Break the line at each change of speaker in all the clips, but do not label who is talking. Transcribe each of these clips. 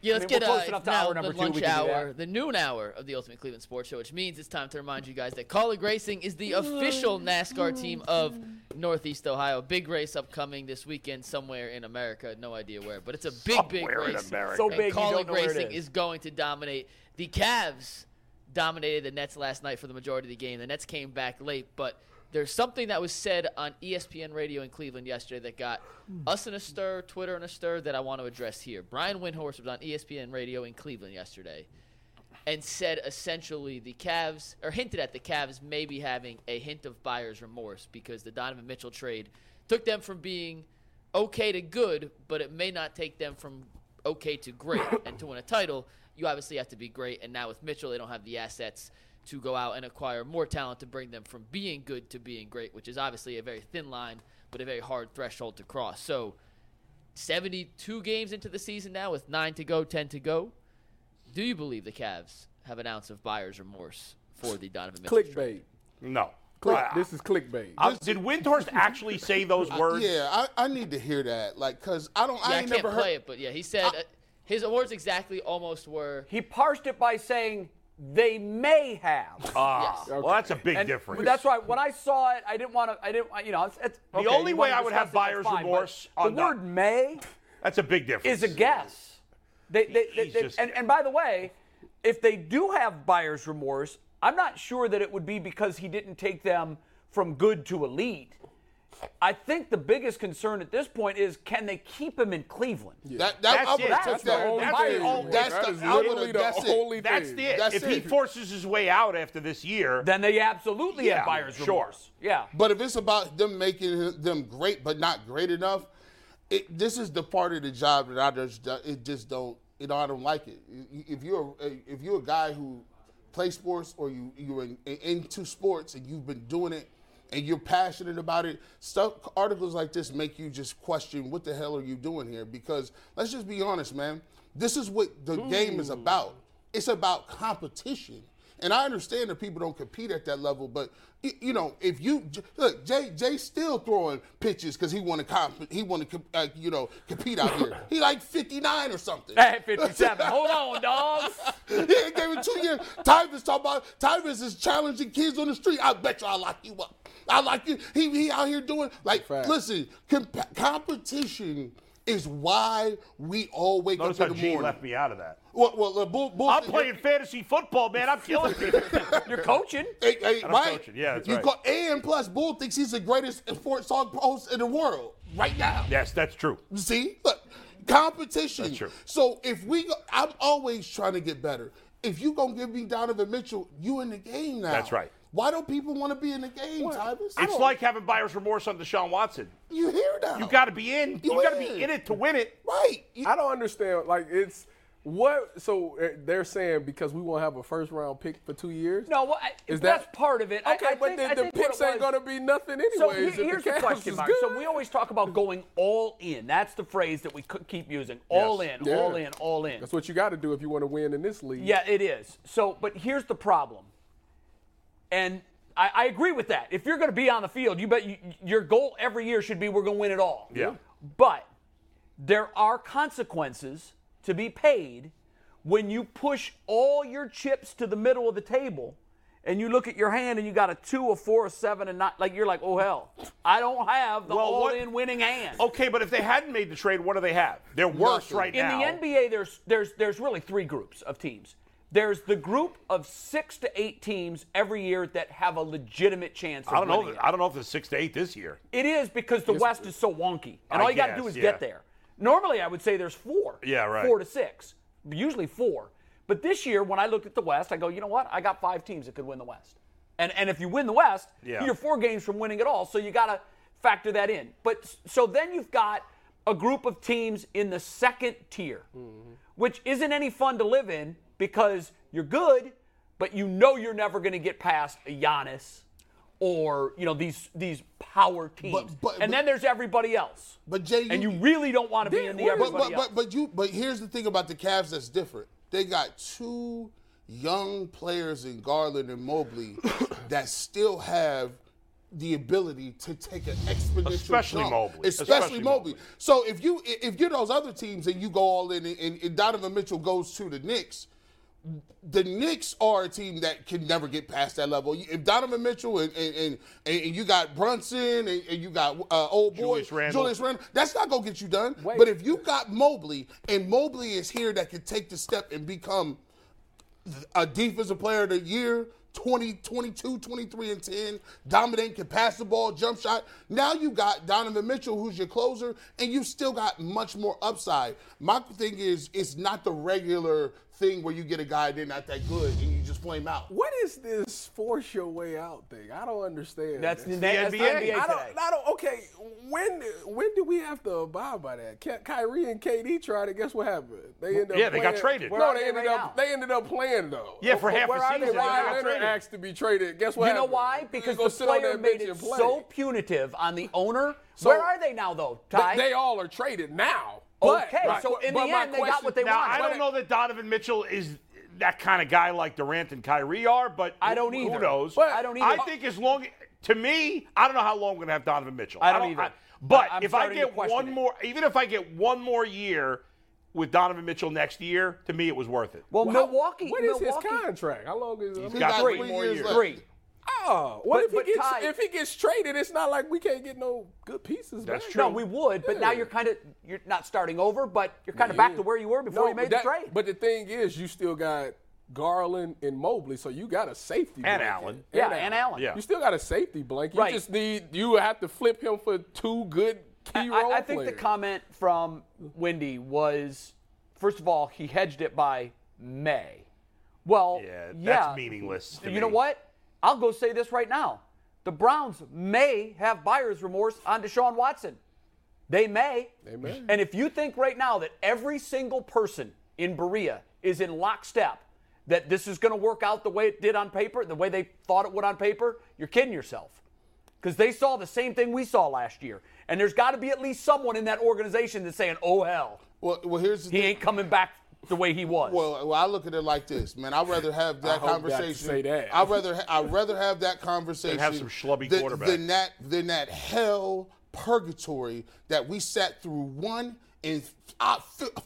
Yeah, let's
I mean, we'll
get
post
uh,
it up to
now
hour number
the
two,
lunch
we can do
hour, the noon hour of the Ultimate Cleveland Sports Show, which means it's time to remind you guys that Collie Racing is the official NASCAR team of Northeast Ohio. Big race upcoming this weekend somewhere in America. No idea where, but it's a big, big
Somewhere in
race.
America.
So
And
big, you
Collie
don't know where it
Racing
is.
going to dominate. The Cavs dominated the Nets last night for the majority of the game. The Nets came back late, but there's something that was said on E ESPN radio in Cleveland yesterday that got us in a stir, Twitter in a stir, that I want to address here. Brian Windhorst was on E ESPN radio in Cleveland yesterday and said essentially the Cavs, or hinted at the Cavs maybe having a hint of buyer's remorse because the Donovan Mitchell trade took them from being okay to good, but it may not take them from okay to great. and to win a title, you obviously have to be great. And now with Mitchell, they don't have the assets to go out and acquire more talent to bring them from being good to being great, which is obviously a very thin line, but a very hard threshold to cross. So 72 games into the season now with nine to go, 10 to go. Do you believe the Cavs have an ounce of buyer's remorse for the Donovan Mitchell? trade?
Clickbait.
No.
Click,
I-
this is clickbait.
I- did Windhorst actually say those words?
Yeah, I, I need to hear that. Like, cause I don't.
Yeah,
I
I,
ain't
can't
never
play
heard.
it, but yeah, he said uh, his awards exactly almost were.
he parsed it by saying they may have.
Ah,
Yes.
Well, that's a big
And-
difference.
but That's why when I saw it, I didn't want to. I didn't. You know, it's, it's,
The
okay,
only
you
way
wanna
I would
discuss
have
it,
buyer's
that's fine, but
remorse
The
on that.
word "may"
That's a big difference.
is a guess. They, they, they,
He's
they-
just-
and, and by the way, if they do have buyer's remorse, I'm not sure that it would be because he didn't take them from good to elite. I think the biggest concern at this point is can they keep him in Cleveland?
That, that,
That's
I would
it.
have
That's
took
the
that.
only thing.
That's
That
the.
is
I would've-
literally
that's it.
That's it.
That's
if he
it.
forces his way out after this year,
Then they absolutely
Yeah,
have buyer's
sure.
remorse. Yeah.
But if it's about them making them great, but not great enough, it, this is the part of the job that I just it just don't you know I don't like it. If you're a- if you're a guy who plays sports or you you're in, into sports and you've been doing it and you're passionate about it, stuff articles like this make you just question what the hell are you doing here? Because let's just be honest, man. This is what the game is about. It's about competition. And I understand that people don't compete at that level, but y- you know, if you J- look, Jay Jay still throwing pitches because he want to comp- he want to comp- uh, you know compete out here. He like 59 or something.
Hey, 57. Hold on, dogs.
he ain't gave it two years. Tyvus talking about Tyvus is challenging kids on the street. I bet you I lock you up. I like you. He, he out here doing like listen, comp- competition is why we all wake
notice how
up in the
Gene
morning.
left me out of that.
Well, well, uh, bull, bull,
I'm playing fantasy football, man. I'm killing people.
You're coaching.
Hey, hey,
I'm
right?
coaching. Yeah, that's
you
right.
Call, and plus, Bull thinks he's the greatest sports talk host in the world right now.
yes, that's true.
See, look, competition.
That's true.
So if we, go, I'm always trying to get better. If you gonna give me Donovan Mitchell, you in the game now.
That's right.
Why don't people want to be in the game, Tyvus? I
It's
don't-
like having buyer's remorse on Deshaun Watson.
you here now.
You got to be in. You,
You
got to
in.
be in it to win it.
right. You-
I don't understand. Like it's what? So uh, they're saying because we won't have a first round pick for two years.
No, well, I-
Is
that's
that-
part of it. I-
Okay,
I
but
think-
then
I
the
think what
picks
it
ain't
was-
going to be nothing anyways.
So he-
if the
here's the
Cavs
question
is
mark.
good.
So we always talk about going all in. That's the phrase that we could keep using. All in,
Yeah.
all in, all in.
That's what you got to do if you want to win in this league.
Yeah, it is. So, but here's the problem. And I, I agree with that. If you're going to be on the field, you bet you, your goal every year should be we're going to win it all.
Yeah.
But there are consequences to be paid when you push all your chips to the middle of the table and you look at your hand and you got a two, a four, a seven, and not like you're like, oh hell, I don't have the
Well,
all
what- Oh,
in winning hand.
Okay, but if they hadn't made the trade, what do they have? They're worse
Nothing.
right
In
now.
the NBA, there's there's there's really three groups of teams. There's the group of six to eight teams every year that have a legitimate chance. Of
I don't know.
winning it.
I don't know if it's six to eight this year.
It is because the West is so wonky,
I
and all you got to do
guess,
is
yeah.
get there. Normally, I would say there's four.
Yeah, right.
Four to six, usually four. But this year, when I looked at the West, I go, you know what? I got five teams that could win the West, and and if you win the West,
Yeah.
you're four games from winning it all. So you got to factor that in. But s- so then you've got a group of teams in the
Mm-hmm.
second tier, which isn't any fun to live in because you're good, but you know you're never going to get past a Giannis or you know these these power teams.
but-
and then
but-
there's everybody else.
But Jay,
and you really don't want to be
Then
in the
where-
but,
everybody
but,
else.
but, but you but here's the thing about the Cavs that's different. They got two young players in Garland and Mobley that still have the ability to take an exponential
Especially
jump.
Mobley.
especially,
Especially
Mobley.
Mobley.
So if you if you're those other teams and you go all in and, and, and Donovan Mitchell goes to the Knicks, the Knicks are a team that can never get past that level. If Donovan Mitchell and and, and, and you got Brunson and, and you got uh, old boy
Julius Randle.
Julius Randle, that's not gonna get you done.
Wait.
But if you got Mobley and Mobley is here that can take the step and become a defensive player of the year, 20, 22, 23, and 10, dominant, can pass the ball, jump shot. Now you got Donovan Mitchell, who's your closer, and you still got much more upside. My thing is, it's not the regular thing where you get a guy, they're not that good, and you just flame out.
What is this force your way out thing? I don't understand.
that's the,
this.
that's the
NBA.
NBA
I
today.
don't, I don't. Okay, when when do we have to abide by that? Ky- Kyrie and KD tried it. Guess what happened? They ended up
Yeah, they got
playing-
traded. Where
No,
are
they
they
ended
right
up
now?
they ended up playing though.
Yeah, for
But
half
where
the
are they?
season, they
Why
got
Leonard
traded.
asked to be traded? Guess what?
You know
happened?
why?
They
Because
gonna
the
sit on
player
that
made
bench
it
and play.
so punitive on the owner.
So-
Where are they now, though,
Th-
Ty?
they all are traded now. But,
Okay, so in
but
the
my
end, they got what they
question-
Now,
want.
I don't know that Donovan Mitchell is that kind of guy like Durant and Kyrie are, but
I don't
who
either.
knows?
But- I don't either.
I think as long to me, I don't know how long we're gonna have Donovan Mitchell.
I don't either.
but
I- I'm
if I
starting to
get
question
one
it.
more, even if I get one more year with Donovan Mitchell next year, to me it was worth it.
Well,
Well, how-
Milwaukee.
What is
Milwaukee,
his contract? How long is it?
He
got three
three
more years left.
Three.
Oh, what
But-
if he
but
gets
Ty-
if he gets traded? It's not like we can't get no good pieces.
That's
back.
true.
No, we would, but now
Yeah.
you're kind of you're not starting over, but you're kind of back to where you were before
No,
you made
that-
the trade.
But the thing is, you still got Garland and Mobley, so you got a safety
And
blanket.
Allen.
Yeah, and Allen.
Yeah.
You still got a safety blanket.
Right.
You just need you have to flip him for two good key
I,
role
I- I think the
players.
comment from Wendy was, first of all, he hedged it by May. Well,
Yeah, that's
yeah.
meaningless to
you know
me.
what? I'll go say this right now: the Browns may have buyer's remorse on Deshaun Watson. They may. They
may.
And if you think right now that every single person in Berea is in lockstep, that this is going to work out the way it did on paper, the way they thought it would on paper, you're kidding yourself because they saw the same thing we saw last year. And there's got to be at least someone in that organization that's saying, "Oh hell,
Well, well here's the
he
thing.
ain't coming back the way he was."
Well, well, I look at it like this, man. I'd rather have that
hope not to
conversation.
say that.
I'd rather ha- I'd rather have that conversation
Than have some schlubby
than-
quarterback.
than that than that hell purgatory that we sat through one in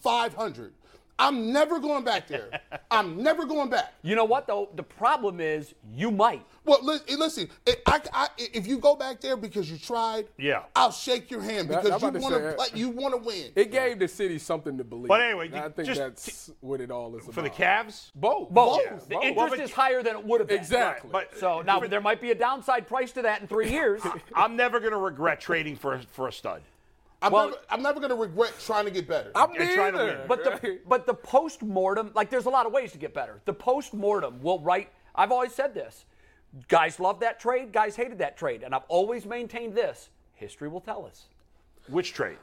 five hundred. I'm never going back there. I'm never going back.
you know what though? The problem is you might.
Well, li- listen. It, I, I, if you go back there because you tried,
Yeah.
I'll shake your hand
That-
because
I'm about
you
to
want
say,
to play. You want to win.
it gave the city something to believe.
But anyway,
in. I
you-
think
just
that's what it all is
For the
about.
Cavs,
both,
Both.
Yeah.
The
Both.
interest
Well, but-
is higher than it would have been.
exactly.
Right, but-
So now there might be a downside price to that in three years.
I'm never gonna regret trading for for a stud.
I'm,
well-
never, I'm never going to regret trying to get better.
I'm
and try to
neither.
win.
But the but the post mortem, like there's a lot of ways to get better. The post mortem will write. I've always said this. Guys loved that trade. Guys hated that trade, and I've always maintained this. History will tell us
Which trade?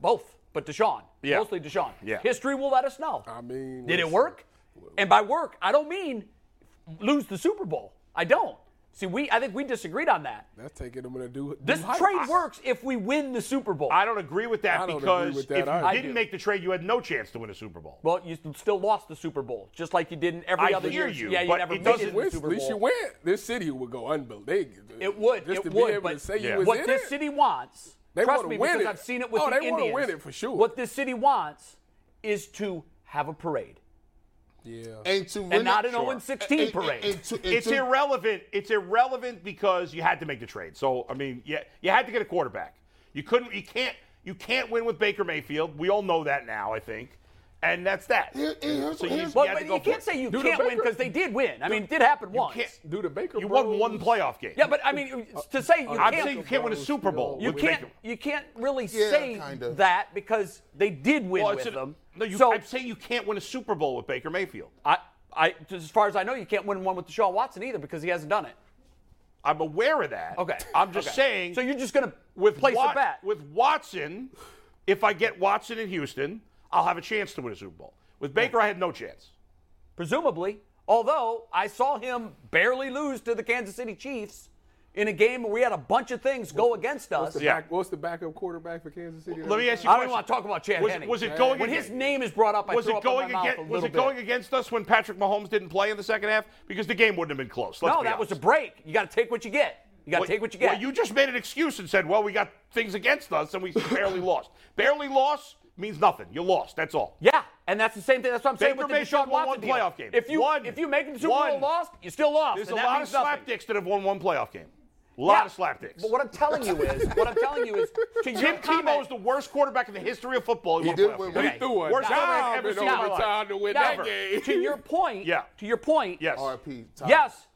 both, but Deshaun,
Yeah.
mostly Deshaun.
Yeah.
History will let us know.
I mean,
Did it
listen.
work? And by work, I don't mean lose the Super Bowl. I don't. See, we I think we disagreed on that.
That's taking them to do
This
do heights.
trade works if we win the Super Bowl.
I don't agree with that
I don't agree
because
with that
if you
either. I
didn't
do.
make the trade, you had no chance to win a Super Bowl.
well, you still lost the Super Bowl, just like you did in every
I
other
hear
year.
you,
yeah, you
but
never
it
made
doesn't-
it in the
Wish-
Super
at least
Bowl.
you went. This city would go unbelievable.
It would.
Just
it
to
would.
be able
but
to say
Yeah.
you was
what
in
this
it.
city wants,
They
trust
wanna
me,
win
because
it.
I've seen it with
Oh,
the
they wanna
Indians.
win it for sure.
What this city wants is to have a parade
Yeah.
and to
and not an
Sure.
0-16
And- and-
parade.
and to- and
It's
to-
irrelevant. It's irrelevant because you had to make the trade. So I mean, yeah, you had to get a quarterback. You couldn't. You can't. You can't win with Baker Mayfield. We all know that now. I think, and that's that.
Here- here's-
so you,
here's-
you
well,
had
but
to
you
go
can't
for it.
say you
Dude,
can't win
Baker-
because they did win. I mean, it did happen once.
can't-
Do the Baker
You won
Bros-
one playoff game.
Yeah, but I mean, to say you
I'm
can't,
saying you can't win a
Bros
Super Bowl.
still-
you
with
can't,
Baker.
you can't really
Yeah,
say
kinda.
that because they did win
Well, it's
with
a-
them.
No, you,
so
I'm saying you can't win a Super Bowl with Baker Mayfield.
I, I, just as far as I know, you can't win one with Deshaun Watson either because he hasn't done it.
I'm aware of that.
Okay.
I'm just
Okay.
saying.
So you're just gonna
with
place
Wat-
a bet.
with Watson. If I get Watson in Houston, I'll have a chance to win a Super Bowl. With Baker, I had no chance.
presumably Although I saw him barely lose to the Kansas City Chiefs in a game where we had a bunch of things go against us.
What's the,
Yeah.
back, what's the backup quarterback for Kansas City?
Let me ask you. a
I don't even
question.
want to talk about Chad
Was,
Henning.
was it going?
when
against-
his name is brought up, I
was
throw
it
up
going
in my
against?
mouth a
Was
little
it going
bit.
against us when Patrick Mahomes didn't play in the second half? Because the game wouldn't have been close. Let's
No,
be
that was a
honest.
break. You got to take what you get. You got to
Well,
take what you get.
Well, you just made an excuse and said, "Well, we got things against us, and we barely lost." Barely lost means nothing. You lost. That's all.
yeah, and that's the same thing. That's what I'm saying
Baker
with the
Mayfield
Deshaun
won
Watson
one
deal.
playoff game.
If you
One.
if you make it to the Super
One.
Bowl lost, you still lost.
There's a
and that
lot of
means nothing.
slapdicks that have won one playoff game. A
Yeah,
lot of slapdicks.
But what I'm telling you is, what I'm telling you is, to your
Tim Tebow
comment-
is the worst quarterback in the history of football.
He
won
did
playoff
win
games.
Okay.
threw a
Worst quarterback
dime
ever
in
seen in my life.
overtime to win
Never.
that game.
to your point,
Yeah.
to your point,
Yes.
RP.
yes,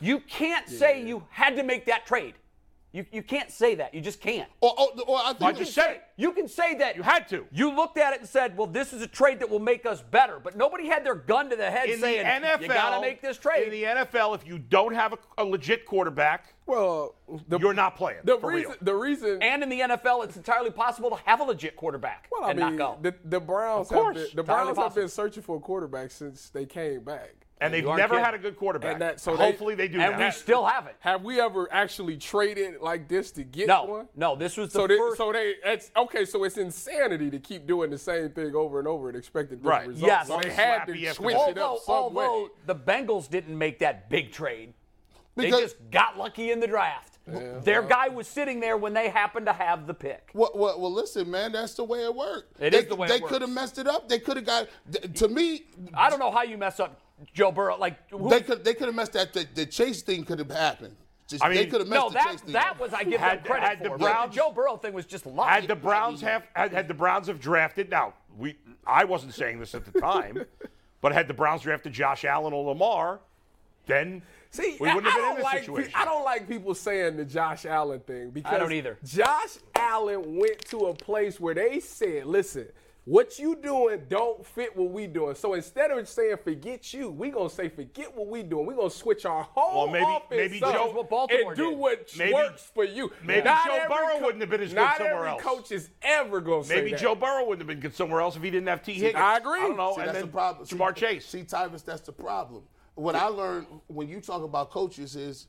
you can't say you had to make that trade. You, you can't say that. You just can't.
Or, or, or I think
I just said it.
You can say that
You had to.
You looked at it and said, "Well, this is a trade that will make us better," but nobody had their gun to the head
In the
saying,
NFL,
"You got to make this trade."
In the NFL, if you don't have a, a legit quarterback,
Well, the,
you're not playing.
the
for
reason.
real.
The reason.
and in the NFL, it's entirely possible to have a legit quarterback
well, I
and
mean,
not go.
the, the Browns
Of course,
have been, the
entirely
Browns have
possible.
been searching for a quarterback since they came back.
and they've
you aren't
never
kidding.
had a good quarterback.
And that- so they-
Hopefully they, do
and
now.
we still haven't.
Have we ever actually traded like this to get
No,
one?
no. This was the
So they,
first.
so they, it's okay. So it's insanity to keep doing the same thing over and over and expecting different
Right.
results.
Yes.
so they
One
had
slappy
to
after
switch
the
it up
although,
some way.
although the Bengals didn't make that big trade,
Because-
they just got lucky in the draft. Their guy was sitting there when they happened to have the pick.
Well, well, well, listen, man, that's the way it worked.
It
they,
is the way it
They
works.
could have messed it up. They could have got. th- to me,
I don't know how you mess up Joe Burrow. Like who,
they could they could have messed that. The, the chase thing could have happened. Just,
I mean,
they could have messed
no,
the
that
chase thing.
that
up.
was I give
Had-
them credit
had the
for. but
Browns-
Joe Burrow thing was just luck.
Had the Browns have had, had the Browns have drafted now we I wasn't saying this at the time, but had the Browns drafted Josh Allen or Lamar, then
See,
we
I-
wouldn't
I
have been
don't
in this
like, pe-
situation.
I don't like people saying the Josh Allen thing because
don't either.
Josh Allen went to a place where they said, "Listen, what you doing don't fit what we doing." So instead of saying "forget you," we gonna say "forget what we doing." We gonna switch our whole
Well, maybe-
offense
maybe
up
Joe-
what Baltimore
and do
did.
what
Maybe-
works for you.
maybe
Not
Joe
every
Burrow wouldn't have been as good
not
somewhere
every
else.
coach is ever gonna say
Maybe
that.
Joe Burrow wouldn't have been good somewhere else if he didn't have T. Higgins.
I agree.
I don't know.
See,
and
that's
then
the problem. See,
Jamar Chase.
See, Tyvus, that's the problem. What I learned when you talk about coaches is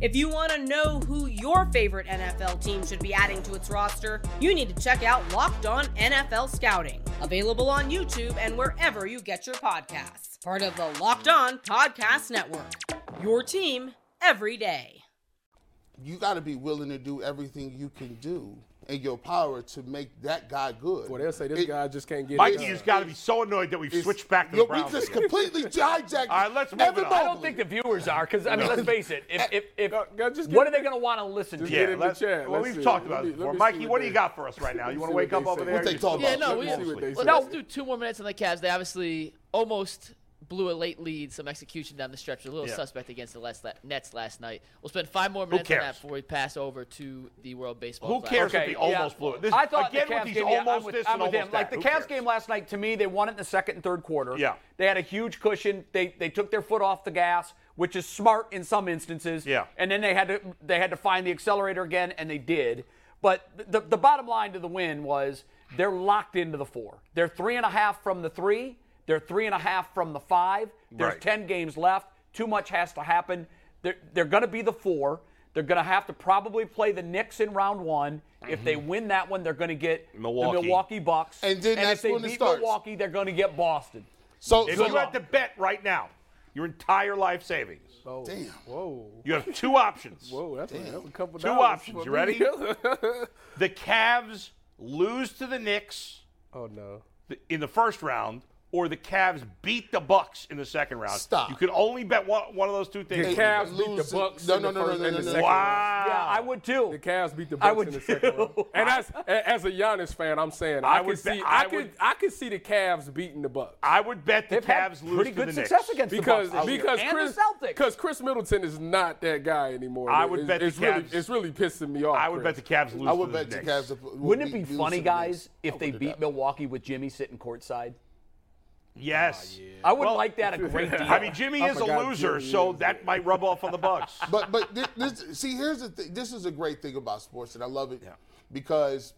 If you want to know who your favorite NFL team should be adding to its roster, you need to check out Locked On NFL Scouting, available on YouTube and wherever you get your podcasts. Part of the Locked On Podcast Network. Your team every day.
you got to be willing to do everything you can do in your power to make that guy good.
Well, they'll say this
It-
guy just can't get it
Mikey
done.
has got to be so annoyed that we've switched back to
yo,
the Browns.
We just
again.
completely hijacked.
All right, let's move it
everybody.
on.
I don't think the viewers are because I mean, let's face it. If, if, if
Go- go, just
what
get-
are they going to want to listen to?
get
yeah,
in the
let's-
chat.
Well,
Let's
we've
see.
talked
Let
about
me-
this
let
before.
me see
Mikey,
what
what do
they-
you got for us right now? You
me
want
see
to wake
what
up
they
over
say.
there?
What they
Just-
talking
Yeah,
about?
no,
Let
we
me
have-
see what they
let-
say.
no,
Let's do two more minutes on the Cavs. They obviously almost blew a late lead, some execution down the stretch, a little
Yeah.
suspect against the last, Nets last night. We'll spend five more minutes on
cares?
that before we pass over to the World Baseball.
Who
Classic.
cares
Okay,
if he almost
yeah.
blew it? This,
I thought
again
the
with
Cavs
these
game, yeah,
almost
I'm with,
this
I'm
and
with
almost
him.
that.
Like the
Who
Cavs
cares?
game last night, to me, they won it in the second and third quarter.
Yeah.
they had a huge cushion. They they took their foot off the gas, which is smart in some instances.
Yeah.
and then they had to they had to find the accelerator again, and they did. But the the bottom line to the win was they're locked into the four. They're three and a half from the three. They're three and a half from the five. There's
Right.
10 games left. Too much has to happen. They're, they're going to be the four. They're going to have to probably play the Knicks in round one. If they win that one, they're going to get
Mm-hmm. Milwaukee.
the Milwaukee Bucks.
And then that's
if they
when it
beat
starts.
Milwaukee, they're going to get Boston.
So,
If
so-
you had to bet right now, your entire life savings,
damn.
you have two options.
Whoa, that's, a, that's a couple
Two
dollars
options.
for
You
me.
ready? The Cavs lose to the Knicks
oh no.
th- in the first round or the Cavs beat the Bucks in the second round.
Stop.
You could only bet one, one of those two things.
The
Cavs
Cavs beat the
lose-
Bucks
no,
in
no,
the
no,
first
no,
and
no,
the
no,
second
no.
round.
Wow.
Yeah, I would too.
The Cavs beat the
I
Bucks
would
in the
too.
second round. And as a- as a Giannis fan, I'm saying
I
I,
would
could see
bet- I
I,
would-
could I could see the Cavs beating the Bucks.
I would bet the
They've had
Cavs lose
pretty
to
good
the
success
Knicks.
against
because
the Bucks this year.
because
and
Chris
the Celtics.
because Chris Middleton is not that guy anymore.
I
It's-
would bet the
it's really
Cavs-
it's really pissing me off.
I would
Chris.
bet the Cavs lose
I would
to
bet
the
the
Knicks.
Cavs.
Wouldn't it be
lose
funny,
to the Knicks.
guys, if
I
they
would've
beat
done that.
Milwaukee with Jimmy sitting courtside?
Yes.
I would like that a great deal.
I mean, Jimmy
I
is a
forgot
loser,
Jimmy
so
is-
that might rub off on the Bucks.
but but thi- this, see here's the thing. This is a great thing about sports, and I love it because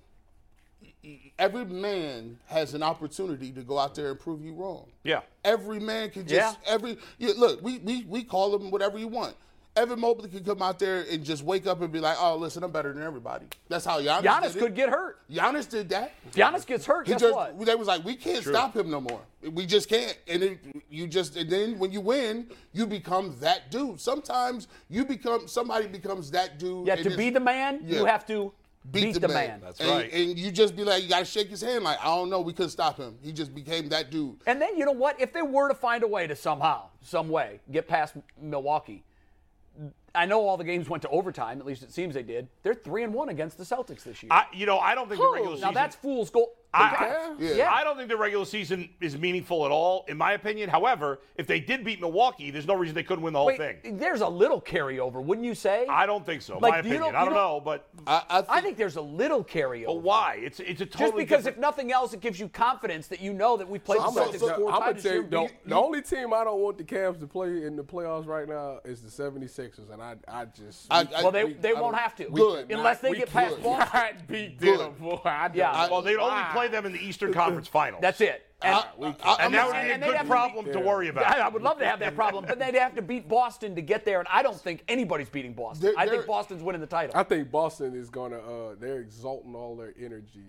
every man has an opportunity to go out there and prove you wrong.
Yeah.
Every man can just every yeah, look. We we we call him whatever you want. Evan Mobley can come out there and just wake up and be like, "Oh, listen, I'm better than everybody." That's how Giannis.
Giannis
did
could
it.
get hurt.
Giannis did that.
Giannis gets hurt.
He
Guess
just
what?
they was like, we can't stop him no more. We just can't. And then you just and then when you win, you become that dude. Sometimes you become somebody becomes that dude.
Yeah,
and
to
it's-
be the man, you
yeah.
have to beat, the, man.
and,
right.
And you just be like, you gotta shake his hand. Like I don't know, we couldn't stop him. He just became that dude.
And then you know what? If they were to find a way to somehow, some way, get past Milwaukee, I know all the games went to overtime. At least it seems they did. They're three and one against the Celtics this year.
I, you know, I don't think the regular
now
season.
that's fool's gold.
I,
Yeah.
Yeah.
I don't think the regular season is meaningful at all, in my opinion. However, if they did beat Milwaukee, there's no reason they couldn't win the whole
Wait,
thing.
there's a little carryover, wouldn't you say?
I don't think so.
Like,
my
do you
opinion.
don't-
I
you
don't
don't-
know, but
I, I think,
I think there's a little carryover.
but why? It's it's a totally
Just because, if
different-
nothing else, it gives you confidence that you know that we played
I'm
the
gonna-
Celtics
so-
four
I'm
times
gonna
this
tell
year.
you, the,
You-
the only team I don't want the Cavs to play in the playoffs right now is the 76ers, and I, I just
I-
we
I-
well, they,
we-
they
I
won't
don't-
have to
Good.
unless they
we
get past
could.
Boston.
cannot beat them,
Good.
boy. I don't
Yeah.
well, they'd only
Why?
play them in the Eastern Conference Finals.
That's it. And,
I- I'm
and that
not-
would be a
and they'd have
good
to
problem to worry
I,
about.
I would love to have that problem, but they'd have to beat Boston to get there, and I don't think anybody's beating Boston.
They're-
I think
they're-
Boston's winning the title
I think Boston is gonna. Uh, they're exalting all their energy.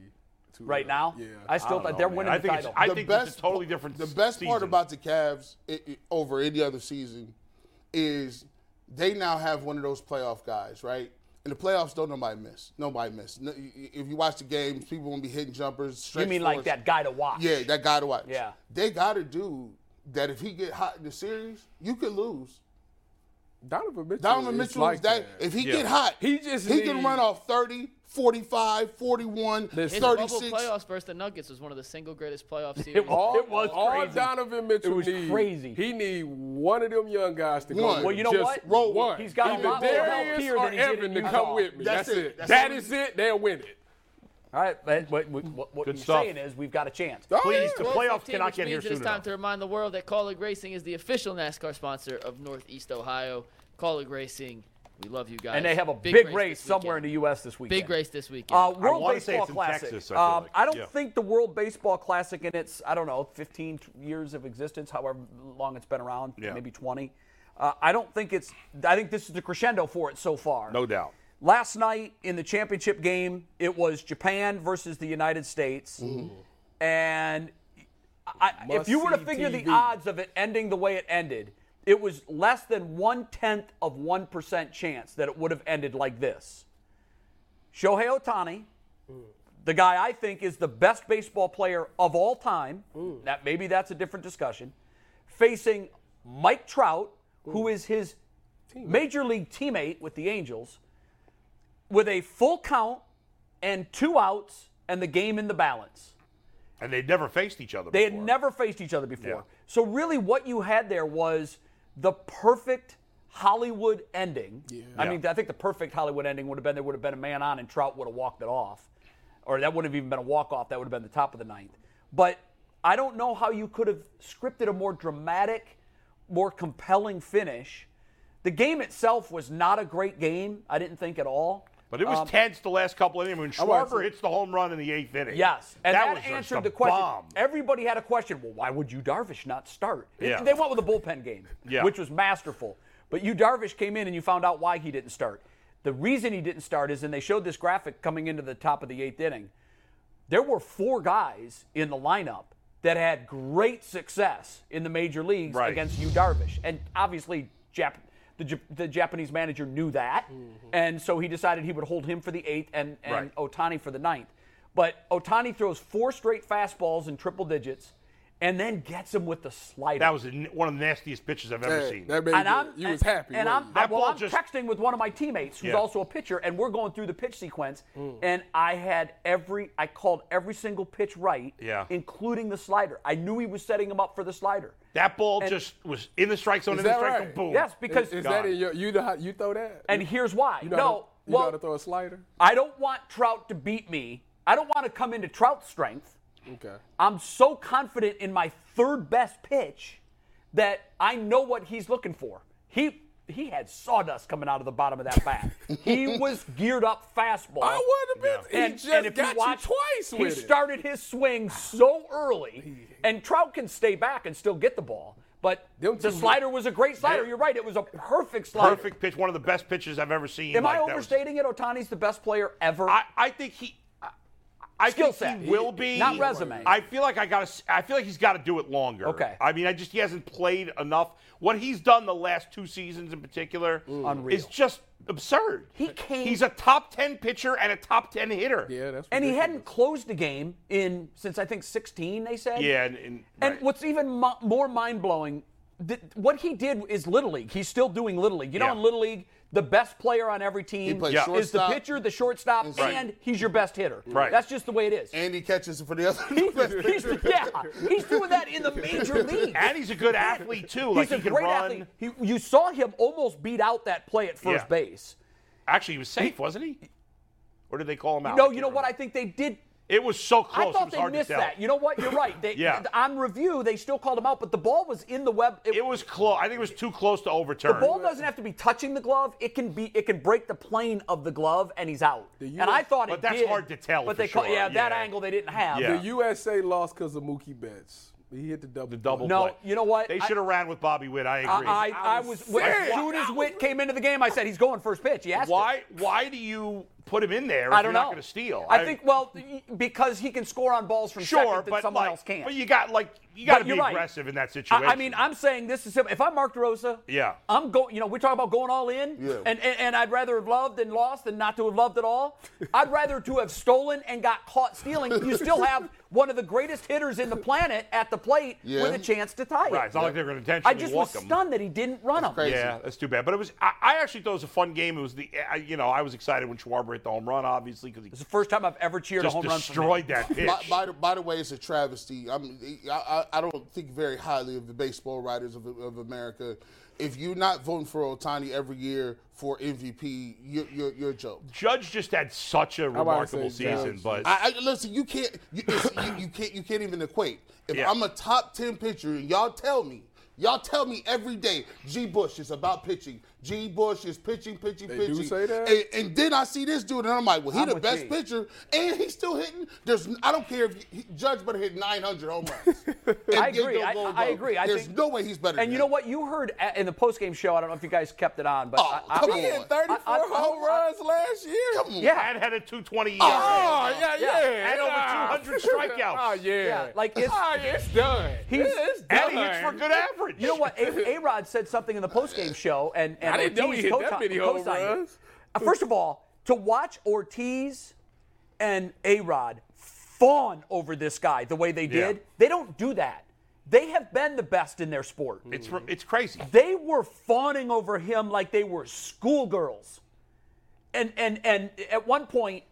To,
right
uh,
now.
yeah.
I still think they're winning
I
the
think it's,
title.
I
The
think it's a
best-
totally different.
The best part
season.
about the Cavs i i- over any other season is they now have one of those playoff guys, right? In the playoffs, don't nobody miss. Nobody miss. No, y- y- if you watch the games, people won't be hitting jumpers.
you
stretch
mean like
fours.
that guy to watch?
Yeah, that guy to watch.
Yeah.
they got a dude that if he get hot in the series, you could lose.
Donovan Mitchell.
Donovan
is
Mitchell
like
is that. If he get hot,
He just
he can
needs-
run off 30, 45, 41,
Listen.
His bubble
36.
playoffs versus the Nuggets was one of the single greatest playoff series.
All,
It was
all
crazy.
Donovan Mitchell
It was
need-
crazy.
He need one of them young guys to
One.
go.
Well,
you know
Just
what?
Roll one.
He's got a
Either
lot more help
Darius
here than
or
he did at
Evan to
Utah.
come with me.
That's
That's,
it.
it.
That's
that
it.
is it. They'll win it.
All right, but what, what, what, what you're
Good stuff.
saying is we've got a chance.
Oh,
Please,
yeah.
the playoffs
15,
cannot
which
get here
means
soon
It is time
enough.
to remind the world that Colleague Racing is the official NASCAR sponsor of Northeast Ohio. Colleague Racing, we love you guys.
And they have a big, race,
this
somewhere in
weekend.
the U.S. this weekend.
Big race this weekend.
Uh, World
wanna say
Baseball
it's in
Classic.
Texas, I feel
um,
like.
I don't
Yeah.
think the World Baseball Classic in its I don't know 15 t- years of existence, however long it's been around,
Yeah.
maybe 20. Uh, I don't think it's. I think this is the crescendo for it so far.
No doubt.
Last night in the championship game, it was Japan versus the United States, and I, if you were to
Must-see
figure the
TV.
odds of it ending the way it ended, it was less than one tenth of one percent chance that it would have ended like this. Shohei Otani, the guy I think is the best baseball player of all time. That maybe that's a different discussion. Facing Mike Trout, who is his major league teammate with the Angels, with a full count and two outs and the game in the balance.
And they never faced each other.
They had
before.
never faced each other before.
Yeah.
So really, what you had there was the perfect Hollywood ending. I mean,
Yeah.
I think the perfect Hollywood ending would have been there would have been a man on and Trout would have walked it off, or that wouldn't have even been a walk off. That would have been the top of the ninth. But I don't know how you could have scripted a more dramatic, more compelling finish. The game itself was not a great game. I didn't think at all.
But it was
Um,
tense the last couple innings when
want
Schwarber
to-
hits the home run in the eighth inning.
Yes, and that,
was just
answered
a
the question.
Bomb.
Everybody had a question. Well, why would you Darvish not start? It-
Yeah.
They went with a bullpen game,
Yeah.
which was masterful. But you Darvish came in and you found out why he didn't start. The reason he didn't start is, and they showed this graphic coming into the top of the eighth inning. There were four guys in the lineup that had great success in the major leagues
Right.
against you Darvish, and obviously Jap- the, Jap- the Japanese manager knew that, and so he decided he would hold him for the eighth and, and
Mm-hmm. Right.
Otani for the ninth. But Otani throws four straight fastballs in triple digits, and then gets him with the slider.
That was the- one of the nastiest pitches I've ever
That,
seen.
that made
and
you,
I'm
you was happy.
And
wasn't
I'm
you?
That
well,
ball
I'm
just-
texting with one of my teammates who's
Yeah.
also a pitcher, and we're going through the pitch sequence.
Mm.
And I had every, I called every single pitch right,
Yeah.
including the slider. I knew he was setting him up for the slider.
That ball
And-
just was in the strike zone,
Is
in the
that
strike zone,
right?
boom.
Yes, because
is, is that in your, you know how you throw that?
and here's why.
you know
no,
how to, you
well,
know how to throw a slider.
I don't want Trout to beat me. I don't want to come into Trout's strength.
Okay.
I'm so confident in my third best pitch that I know what he's looking for. He he had sawdust coming out of the bottom of that bat. he was geared up fastball.
I wouldn't have been. He
And,
just
and if
got
you watch,
you twice
he
with it.
started his swing so early, and Trout can stay back and still get the ball. But
Them
the
two-
slider was a great slider.
They-
You're right; it was a perfect slider.
Perfect pitch, one of the best pitches I've ever seen.
Am I
Like, that was-
overstating it? Otani's the best player ever.
I, I think he. I- I
Skill
think
set.
he will be
Not resume.
I feel like I got to. I feel like he's got to do it longer.
Okay.
I mean, I just he hasn't played enough. What he's done the last two seasons in particular
Mm. Unreal.
is just absurd.
He came-
He's a top ten pitcher and a top ten hitter.
Yeah, that's.
and he
ridiculous.
hadn't closed a game in since I think 16. They said.
Yeah, and, and,
And
right.
what's even mo- more mind blowing, th- what he did is Little League. He's still doing Little League. You know,
Yeah.
in Little League, the best player on every team
plays
Yeah.
is the
shortstop.
pitcher, the shortstop,
Right.
and he's your best hitter.
Right.
That's just the way it is.
And he catches it for the other.
he's, yeah, he's doing that in the major league.
and he's a good athlete too.
He's
like
a
he can
great
run.
athlete. He, you saw him almost beat out that play at first
Yeah.
base.
Actually, he was safe, wasn't he? Or did they call him out? I
No,
can't
you know what? I
remember.
think they did
it was so close.
I
it
thought
was
they
hard to
missed
tell.
that. You know what? You're right. They,
Yeah.
On review, they still called him out, but the ball was in the web. It,
It was close. I think it was too close to
the
overturn.
ball doesn't have to be touching the glove. It can be. It can break the plane of the glove, and he's out. and I thought
But
it
that's
did,
hard to tell
But
for
they call,
sure.
yeah, that
Yeah.
angle they didn't have.
Yeah.
The USA lost because of Mookie Betts. He hit the double.
the double.
No,
play.
you know what?
They
I-
should have ran with Bobby Witt. I agree.
I, I, I was as
serious.
soon as Witt came into the game, I said he's going first pitch. He asked it.
Why? Why do you put him in there? If
I don't
you're
know.
Not going to steal.
I, think well y- because he can score on balls from
sure,
second that
but
someone
like,
else can't.
But you got like you got to
But
be
you're right.
aggressive in that situation.
I, I mean, I'm saying this is simple. If I'm Mark DeRosa,
Yeah.
I'm going. You know, we're talking about going all in,
Yeah.
and, and and I'd rather have loved and lost than not to have loved at all. I'd rather to have stolen and got caught stealing. You still have one of the greatest hitters in the planet at the plate
Yeah.
with a chance to tie it.
right. It's not like they're going to
I
intentionally
just was
walk him.
stunned that he didn't run him.
crazy.
Yeah, that's too bad. But it was. I, I actually thought it was a fun game. It was the. I, you know, I was excited when Schwarber hit the home run, obviously, because he
It's the first time I've ever cheered a
just
home run. from him.
destroyed that pitch.
by, by, the, by the way, it's a travesty. I'm, I, I I don't think very highly of the baseball writers of, of America. If you're not voting for Otani every year for MVP, you're, you're, you're a joke.
Judge just had such a remarkable
say Judge.
season, but
I, I, listen, you can't you, it's, you, you can't you can't even equate. If
Yeah.
I'm a top ten pitcher, and y'all tell me, y'all tell me every day, G. Bush is about pitching. G. Bush is pitching, pitching,
They do
pitching.
say that?
And, and then I see this dude, and I'm like, well, he
I'm
the
with
best
G.
pitcher, and he's still hitting. There's I don't care if he, Judge better hit 900 home runs. And
I
get
agree.
your
I,
goal,
I
bro.
agree. I
There's
think,
no way he's better.
And
than
you
him.
know what? You heard a- in the postgame show. I don't know if you guys kept it on, but
Oh,
I, I,
come
He
on.
hit 34
I- I-
home
I-
runs last year.
Come on.
Yeah.
Had had a 220 ERA.
Oh yeah, yeah.
And over 200 strikeouts.
Oh yeah.
Yeah, like, it's-
oh, yeah, it's done.
He's-
Yeah, it's done.
and he hits for good average.
You know what? A Rod said something in the postgame show, and, and
I didn't know he
Ortiz
hit
co-
that many home
co-signed it.
runs.
Uh, First of all, to watch Ortiz and A Rod fawn over this guy the way they
Yeah.
did, they don't do that. They have been the best in their sport.
It's it's crazy.
They were fawning over him like they were schoolgirls. And and and at one point,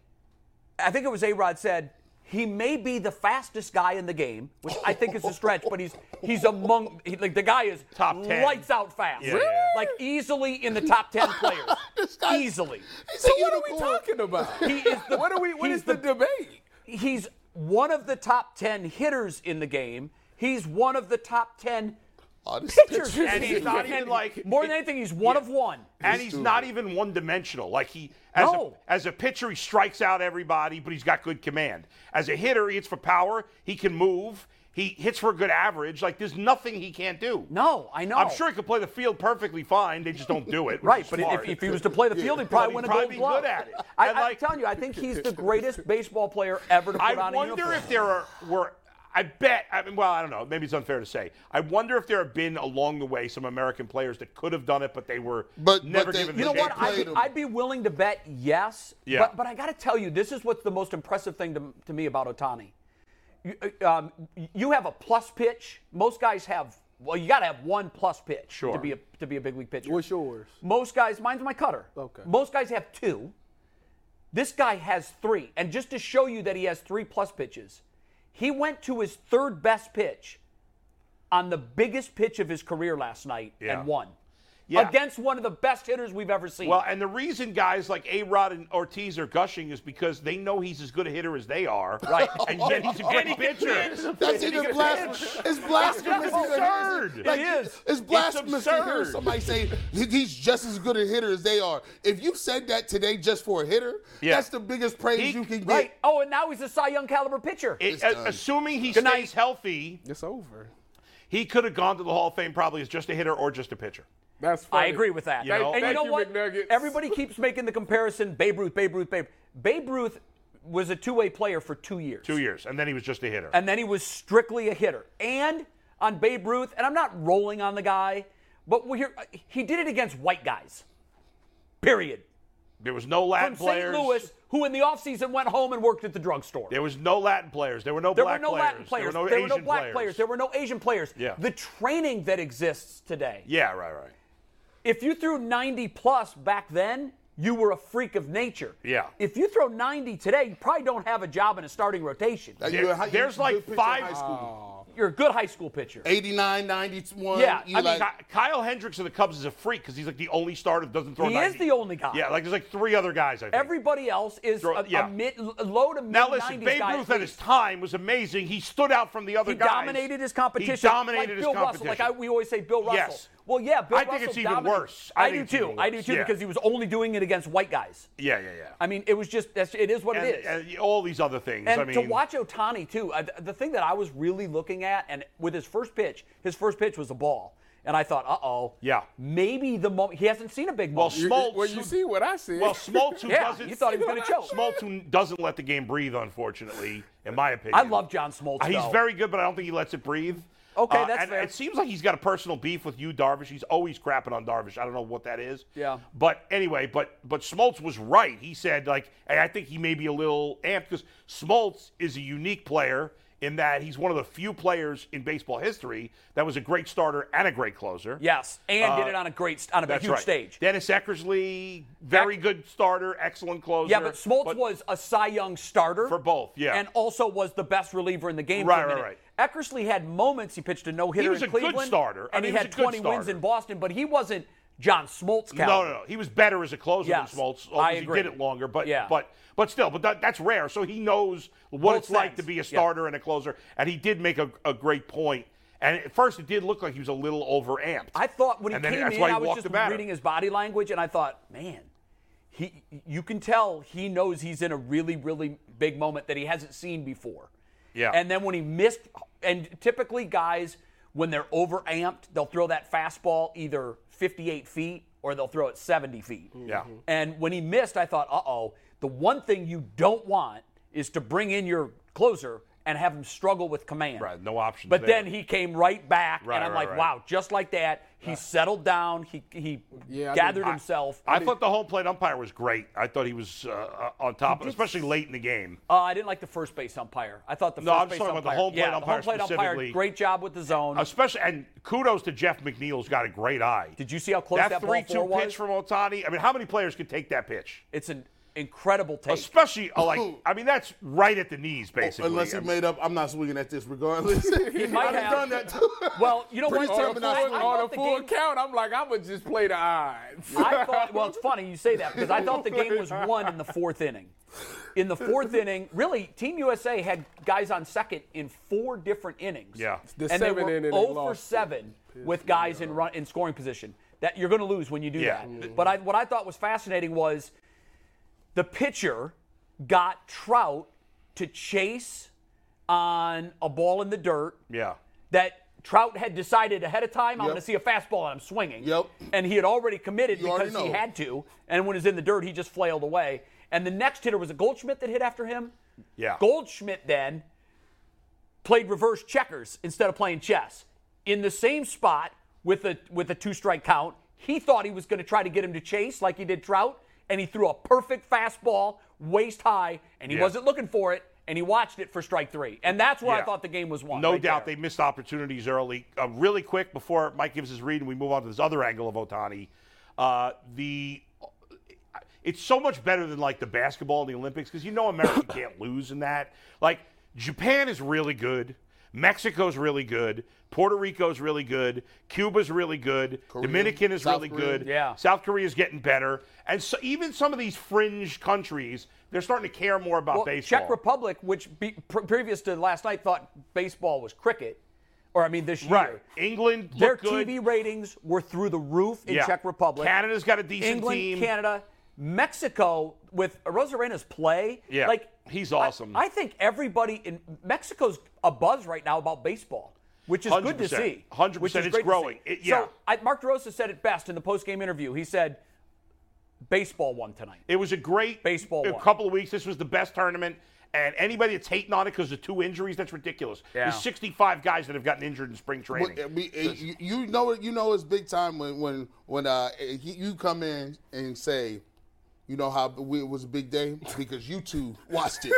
I think it was A Rod said he may be the fastest guy in the game, which I think is a stretch, but he's he's among he, like the guy is
Top 10.
lights out fast,
Yeah, yeah.
like easily in the top ten players,
This guy's-
easily.
He's a
So what are we
unicorn.
talking about?
He is the-
what are we? What
he's
is the,
the-
debate?
He's one of the top ten hitters in the game. He's one of the top ten
Oh, this-
pitchers,
this-
And he's not even like
more than anything. He's one of one.
and he's not even one dimensional. Like he as
No.
a as a pitcher, he strikes out everybody, but he's got good command. As a hitter, he hits for power. He can move. He hits for a good average. Like there's nothing he can't do.
No, I know.
I'm sure he could play the field perfectly fine. They just don't do it. which
Right,
is
but if,
smart.
if he was to play the field, he'd probably
He'd
win a
probably
gold
be
glove.
good at it.
I,
And,
I'm
like-
telling you, I think he's the greatest baseball player ever to put
I
on a
wonder
uniform.
if there are were. I bet. I mean, well, I don't know. Maybe it's unfair to say. I wonder if there have been along the way some American players that could have done it, but they were
But- but
never
they-
given the
you know what?
chance.
I'd
played
be,
him.
I'd be willing to bet yes.
Yeah.
But, but I got to tell you, this is what's the most impressive thing to, to me about Otani. you, uh, um, you have a plus pitch. Most guys have. Well, you got to have one plus pitch
Sure.
to be a to be a big league pitcher.
What's yours?
Most guys, mine's my cutter.
Okay.
Most guys have two. This guy has three. And just to show you that he has three plus pitches, he went to his third best pitch on the biggest pitch of his career last night
Yeah.
and won.
Yeah.
Against one of the best hitters we've ever seen.
Well, and the reason guys like A Rod and Ortiz are gushing is because they know he's as good a hitter as they are. Right. And yet he's a great pitcher.
That's
And he
even
can
blasphemous.
pitch.
It's blasphemous.
It's
to hear-
absurd.
Like,
It
is.
It's blasphemous to hear
absurd.
somebody say he- he's just as good a hitter as they are. If you said that today just for a hitter,
Yeah.
that's the biggest praise
He-
you can get.
right. Oh, and now he's a Cy Young caliber pitcher.
It- uh,
It's done.
assuming he
Good
stays
night.
healthy,
It's over.
he could have gone to the Hall of Fame probably as just a hitter or just a pitcher.
That's funny.
I agree with that.
You know?
and you
Thank
know
you,
what?
McNuggets.
Everybody keeps making the comparison Babe Ruth, Babe Ruth, Babe. Babe Ruth was a two-way player for two years.
Two years, and then he was just a hitter.
and then he was strictly a hitter. And on Babe Ruth, and I'm not rolling on the guy, but we here he did it against white guys. Period.
there was no Latin
From St.
players.
Louis, who in the offseason went home and worked at the drugstore.
There was no Latin players. There were no
There
black
were no
players.
Latin players.
There were no Asian
black players.
players.
There were no Asian players.
Yeah.
The training that exists today.
yeah, right, right.
If you threw 90 plus back then, you were a freak of nature.
Yeah.
If you throw 90 today, you probably don't have a job in a starting rotation.
Like,
There-
you're a high-
there's
you're a
like
good pitcher in
five- Oh.
high school.
You're a good high school pitcher.
89, 91.
Yeah,
you
I mean,
like-
Ky- Kyle Hendricks of the Cubs is a freak because he's like the only starter that doesn't throw.
He
90.
is the only guy.
Yeah, like there's like three other guys. I think.
Everybody else is
Throw-
a,
yeah.
a mid, a low to mid
now listen,
90s
Babe
guy.
Ruth at his time was amazing. He stood out from the other
he
guys.
dominated his competition.
He dominated
like
his
Bill
competition.
Russell, like I, we always say, Bill Russell.
Yes.
Well, yeah, Bill
I think
Russell
it's even
dominated.
worse. I
do
think it's
too.
even
I do
worse.
too
Yeah.
because he was only doing it against white guys.
yeah, yeah, yeah.
I mean, it was just that's it is what
and,
it is.
and all these other things.
And
I mean,
to watch Otani too, I, the thing that I was really looking at, and with his first pitch, his first pitch was a ball, and I thought, uh oh,
Yeah.
maybe the moment he hasn't seen a big
well,
moment.
Smoltz.
Well, you
who-
see what I see.
well, Smoltz who
Yeah,
doesn't.
you thought he was gonna choke.
Smoltz who doesn't let the game breathe, unfortunately, in my opinion.
I love John Smoltz.
Uh, He's
though.
very good, but I don't think he lets it breathe.
Okay,
Uh,
that's
and
fair.
It seems like he's got a personal beef with you, Darvish. He's always crapping on Darvish. I don't know what that is.
Yeah.
But anyway, but but Smoltz was right. He said like, hey, I think he may be a little amped because Smoltz is a unique player in that he's one of the few players in baseball history that was a great starter and a great closer.
yes, and did it on a great st- on a
Uh, That's
huge
right.
stage.
Dennis Eckersley, very good starter, excellent closer.
Yeah, but Smoltz was a Cy Young starter
For both, yeah.
and also was the best reliever in the game.
Right,
for a
right,
minute. Eckersley had moments. He pitched a no hitter.
He was
in
a good
Cleveland,
starter. I
and
mean,
he
he was
had
a good
20 wins
starter.
in Boston. But he wasn't John Smoltz.
No,
caliber.
no, no. He was better as a closer
Yes,
than Smoltz. although
I
he
agree.
did it longer, but
Yeah.
but but still, but that, that's rare. So he knows what
Both
it's like to
sides,
be a
yeah.
starter and a closer. And he did make a, a great point. And at first, it did look like he was a little overamped.
I thought when he
And then
came
that's
in,
why he
I was
walked
just
the batter.
reading his body language, and I thought, man, he you can tell he knows he's in a really, really big moment that he hasn't seen before.
Yeah.
And then when he missed, and typically guys when they're overamped, they'll throw that fastball either 58 feet or they'll throw it 70 feet.
Yeah.
And when he missed, I thought, uh oh, the one thing you don't want is to bring in your closer and have him struggle with command.
Right, no options
But
there.
then he came right back,
Right,
and I'm
right,
like,
right.
wow, just like that. He settled down. He he
Yeah, I
gathered
mean, I-
himself.
I thought the home plate umpire was great. I thought he was uh, on top, of it, especially late in the game.
Uh, I didn't like the first base umpire. I thought the
No,
first
I'm
base
talking
umpire.
about the home plate
yeah, the
umpire
home plate umpire.
specifically.
Great job with the zone.
Especially, and kudos to Jeff McNeil's got a great eye.
Did you see how close that
that
ball
three-two
four was?
pitch from Otani? I mean, how many players could take that pitch?
it's an incredible take.
Especially, uh, like, I mean, that's right at the knees, basically.
Oh, Unless he
I mean-
made up, I'm not swinging at this regardless. he
might
I've
have.
done that too.
well, you know
Pretty
what?
on a
determined
full,
But I- I
on a
thought the
full
game-
count, I'm like, I'm gonna just play the odds.
I thought, well, it's funny you say that because I thought the game was won in the fourth inning. In the fourth inning, really, Team USA had guys on second in four different innings.
Yeah.
The
and they
seventh
were
inning
0 for
lost it.
7 with guys in run in scoring position. That you're going to lose when you do
Yeah.
that. But I, what I thought was fascinating was the pitcher got Trout to chase on a ball in the dirt
Yeah.
that Trout had decided ahead of time,
Yep.
I'm going to see a fastball and I'm swinging.
Yep.
And he had already committed
You already
because he
know.
had to. And when it was in the dirt, he just flailed away. And the next hitter was a Goldschmidt that hit after him.
Yeah.
Goldschmidt then played reverse checkers instead of playing chess in the same spot with a with a two strike count. He thought he was going to try to get him to chase like he did Trout, and he threw a perfect fastball waist high, and he
Yeah.
wasn't looking for it, and he watched it for strike three. And that's where I
Yeah.
thought the game was won.
No
right
doubt
there.
they missed opportunities early. Uh, really quick before Mike gives his read and we move on to this other angle of Otani, uh, the uh, it's so much better than like the basketball in the Olympics because you know America can't lose in that. Like Japan is really good. Mexico's really good. Puerto Rico's really good. Cuba's really good. Dominican is
South
really
Korea.
good.
Yeah.
South Korea's getting better. And so even some of these fringe countries, they're starting to care more about
Well,
baseball.
Czech Republic, which be, pre- previous to last night thought baseball was cricket, or I mean this year.
Right. England look
Their
good.
TV ratings were through the roof in
Yeah.
Czech Republic.
Canada's got a decent
England,
team.
Canada, Mexico with Rosarena's play.
Yeah,
like
he's
I-
awesome.
I, think everybody in Mexico's a buzz right now about baseball, which is good to
100%.
see.
100%,
which is
it's
great to see.
growing. It- yeah.
So I, Mark DeRosa said it best in the post-game interview. He said, "Baseball won tonight."
It was a great
Baseball
A
one.
couple of weeks. This was the best tournament. And anybody that's hating on it because of two injuries, that's ridiculous.
Yeah.
There's 65 guys that have gotten injured in spring training.
Well, I mean, it- you- you know it. You know it's big time when when when uh, he- you come in and say, you know how we- it was a big day because you two watched it.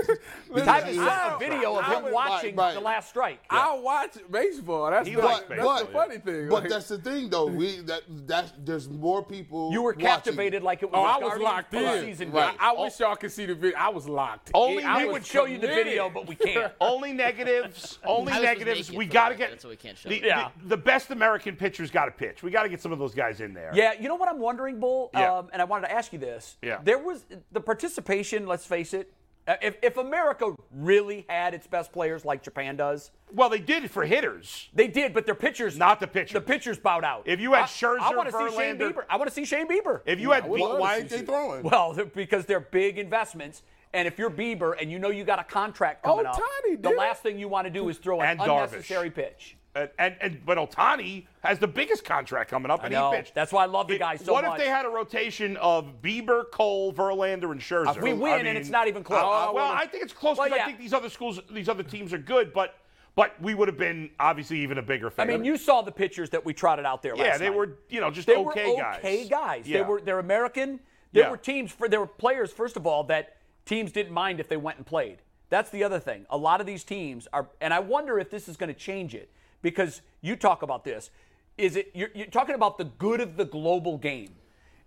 Because
Tyvus
you-
sent a video of
I
him
would-
watching
right, right.
the last strike.
I watch baseball. That's
He
the,
likes
that's
baseball.
the funny thing.
But
Like,
that's the thing, though. We that that there's more people.
You were
watching.
captivated like it was.
oh,
a
I was
Guardians
locked in.
postseason
Right.
game.
I, I wish y'all could see the video. I was locked.
Only
in. I
we
was
Oh. would show you the
committed.
video, but we can't.
only negatives. Only
I was
negatives.
naked
We
for
got to
that,
get.
that's why we can't show
the,
it.
the- the best American pitchers got to pitch. We got to get some of those guys in there.
Yeah, you know what I'm wondering, Bull?
Yeah.
Um, and I wanted to ask you this.
Yeah.
There was the participation, let's face it, uh, if, if America really had its best players like Japan does,
Well, they did it for hitters.
they did, but their pitchers.
Not the pitchers.
The pitchers bowed out.
If you had
I-
Scherzer,
I, want to see Shane
Verlander-
Bieber. I want to see Shane Bieber.
If you had.
Well,
Well,
why ain't they throwing?
well, they're, because they're big investments. And if you're Bieber and you know you got a contract coming up,
Ohtani
the
did.
last thing you want to do is throw an
And Darvish.
unnecessary pitch.
and, and, and but Otani has the biggest contract coming up, and
know.
he pitched.
That's why I love the
It-
guy so
what
much.
if they had a rotation of Bieber, Cole, Verlander, and Scherzer?
If we win,
I
and
mean-
it's not even close. Oh,
Uh, well, I think it's close
Well,
because
yeah.
I think these other schools, these other teams are good, but but we would have been obviously even a bigger
I
fan.
mean, you saw the pitchers that we trotted out there.
yeah,
last
they
night.
were you know just
they
okay
were
guys.
okay guys.
Yeah.
They were they're American. There
Yeah.
were teams for there were players first of all that teams didn't mind if they went and played. That's the other thing. A lot of these teams are, and I wonder if this is going to change it because you talk about this. Is it you're, you're talking about the good of the global game,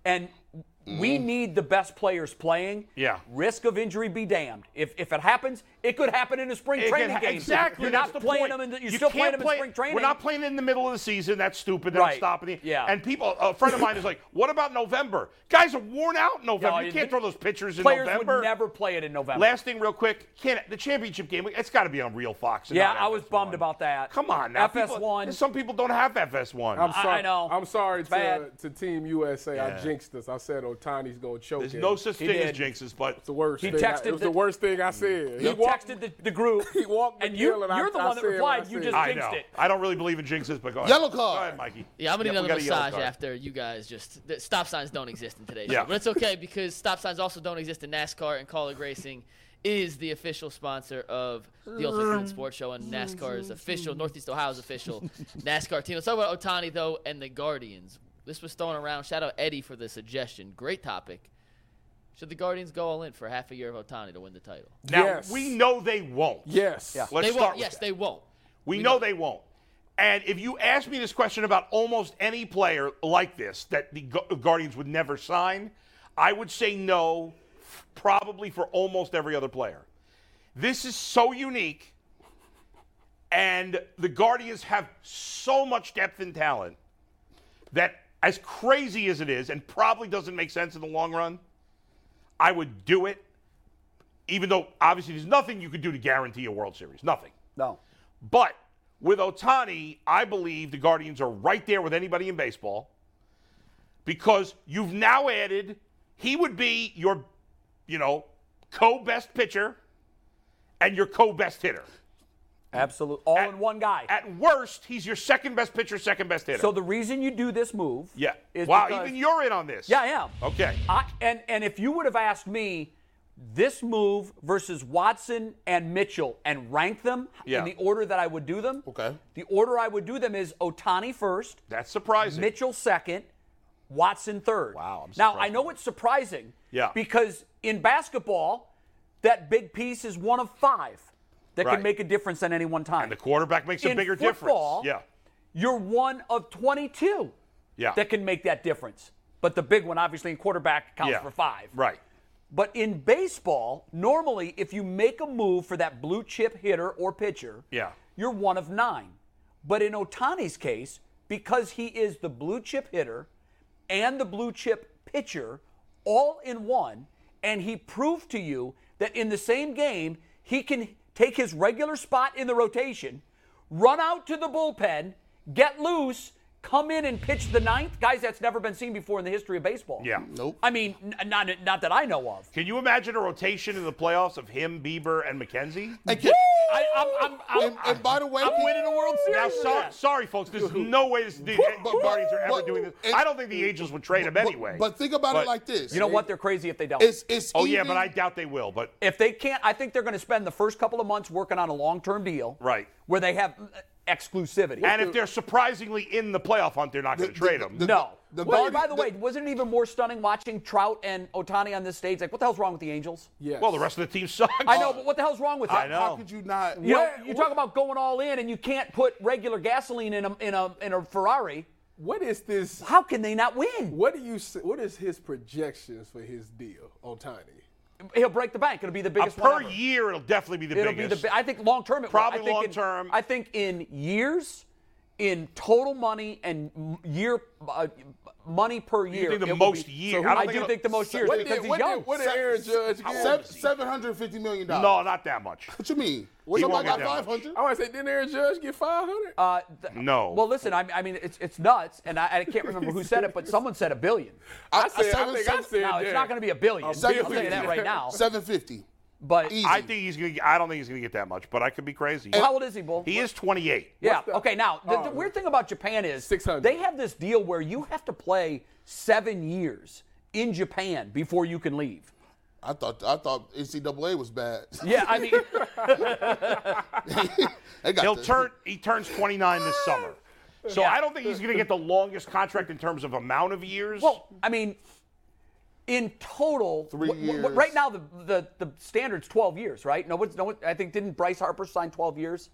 and we need the best players playing.
Mm-hmm. Yeah.
Risk of injury be damned. If if it happens, it could happen in a spring
It
training
can-
game.
Exactly.
You're
that's
not
the
playing
point.
them. In the, you're
You
still
can't
playing them
play-
in spring training.
We're not playing in the middle of the season. That's stupid. They're
Right.
not stopping it.
Yeah.
And people, a friend of mine is like, "What about November? Guys are worn out in November.
No,
you can't
the-
throw those pitchers in
players
November."
would never play it in November.
Last thing, real quick, can the championship game? It's got to be on Real Fox. and
Yeah,
not
I was
FS1.
bummed about that.
Come on, now.
FS1.
People, some people don't have FS1.
I'm
I-
sorry.
I know.
I'm sorry
It's
to,
bad.
to Team USA.
Yeah.
I jinxed us. I said Otani's gonna choke.
There's
him.
no such Mm.
He
thing as
did.
jinxes, but
It's the worst.
He
thing I-
texted
it was
the-
the worst thing I said.
He
He walked-
texted the, the group.
He walked
and
the
you,
hill and I-
you're the
I
one that
said what I
replied. You
said.
just
I
jinxed
know.
it.
I don't really believe in jinxes, but go ahead.
Yellow card.
Go ahead, Mikey.
Yeah, I'm gonna
Yep,
need
we
another
got a yellow
massage
card.
after you guys. Just the stop signs don't exist in today's
Yeah.
show, but it's okay because stop signs also don't exist in NASCAR and College Racing is the official sponsor of the Ultimate Field Sports Show and NASCAR's official Northeast Ohio's official NASCAR team. Let's talk about Otani though and the Guardians. This was thrown around. Shout out Eddie for the suggestion. Great topic. Should the Guardians go all in for half a year of Otani to win the title?
Now,
Yes.
we know they won't.
Yes.
Let's
they
start
won't.
with
Yes,
that.
they won't.
We, know, they won't. And if you ask me this question about almost any player like this that the Gu- Guardians would never sign, I would say no, f- probably for almost every other player. This is so unique, and the Guardians have so much depth and talent that, as crazy as it is, and probably doesn't make sense in the long run, I would do it, even though obviously there's nothing you could do to guarantee a World Series. Nothing.
No.
But with Otani, I believe the Guardians are right there with anybody in baseball because you've now added he would be your, you know, co-best pitcher and your co-best hitter.
Absolute. All
At-
in one guy.
At worst, he's your second best pitcher, second best hitter.
so the reason you do this move.
yeah.
Is
Wow,
because-
even you're in on this.
Yeah, I am.
Okay.
I, and and if you would have asked me this move versus Watson and Mitchell and rank them
Yeah.
in the order that I would do them.
Okay.
The order I would do them is Otani first.
That's surprising.
Mitchell second, Watson third.
Wow, I'm
now
surprised
I know it's surprising.
Yeah.
Because in basketball, that big piece is one of five that
Right.
can make a difference at any one time.
And the quarterback makes a
In
bigger
football,
difference.
You're one of 22
Yeah. Yeah.
that can make that difference. But the big one, obviously, in quarterback counts
yeah.
for five.
Right.
But in baseball, normally, if you make a move for that blue chip hitter or pitcher,
Yeah.
you're one of nine. But in Otani's case, because he is the blue chip hitter and the blue chip pitcher all in one, and he proved to you that in the same game, he can take his regular spot in the rotation, run out to the bullpen, get loose, come in and pitch the ninth. Guys, that's never been seen before in the history of baseball.
Yeah.
Nope.
I mean, n- not, not that I know of.
Can you imagine a rotation in the playoffs of him, Bieber, and McKenzie?
And, can-
I, I'm, I'm, I'm,
and- and by the way,
I'm
can-
winning a World
Now,
Series. with
so,
that.
sorry, folks, there's no way this, the
but-
Guardians are ever
but-
doing this.
and-
I don't think the Angels would trade him
but-
anyway.
But think about
But-
it like this.
You know what? They're crazy if they don't.
It's it's.
oh yeah,
even-
but I doubt they will. But
if they can't, I think they're going to spend the first couple of months working on a long-term deal,
Right.
Where they have uh, exclusivity.
and if they're surprisingly in the playoff hunt, they're not going to
the-
trade him.
the-
no.
the
Well,
Guardi-
by the,
the-
way, wasn't it even more stunning watching Trout and Otani on this stage? Like, what the hell's wrong with the Angels?
Yes.
Well, the rest of the team sucks.
I know, but what the hell's wrong with that?
Oh. I know.
How could you not?
You, know,
Where-
you talk about going all in, and you can't put regular gasoline in a in a in a Ferrari.
What is this?
How can they not win?
What do you? s- What is his projections for his deal, Otani?
He'll break the bank. It'll be the
Uh,
biggest
per
one ever.
year, it'll definitely be the
It'll
biggest.
be the. bi- I think long term. It
Probably
will. I think in-
long-term.
I think in years, in total money and m- year uh, money per year.
think the
it will
most
be-
year-
So
I don't
I,
think
do
it'll-
think the most years
What
because
did,
he's
what
young.
did, what did Aaron Judge get?
Seven hundred fifty million dollars.
no, not that much.
What you mean? Well,
He
somebody
won't
got
get that
five
much.
hundred.
I want to say, didn't Aaron Judge get five hundred?
Uh, th-
No.
Well, listen. I, I mean, it's it's nuts, and I, I can't remember who said it, but someone said a billion.
I said, I think I said
Now it's not going to be a billion.
billion.
I'm saying that right now.
Seven fifty.
But
Easy.
I think he's going. to I don't think he's going to get that much, but I could be crazy.
how old is he, Bull?
He is 28.
Yeah.
the-
okay. Now, the, the
Oh.
weird thing about Japan is
600.
they have this deal where you have to play seven years in Japan before you can leave.
I thought I thought NCAA was bad.
Yeah, I mean,
They got
He'll
the-
turn. He turns 29 this summer. So I don't think he's going to get the longest contract in terms of amount of years.
well, I mean, in total,
Three
what- what-
years.
right now the, the the standard's 12 years, right? No one's no one. I think didn't Bryce Harper sign 12 years?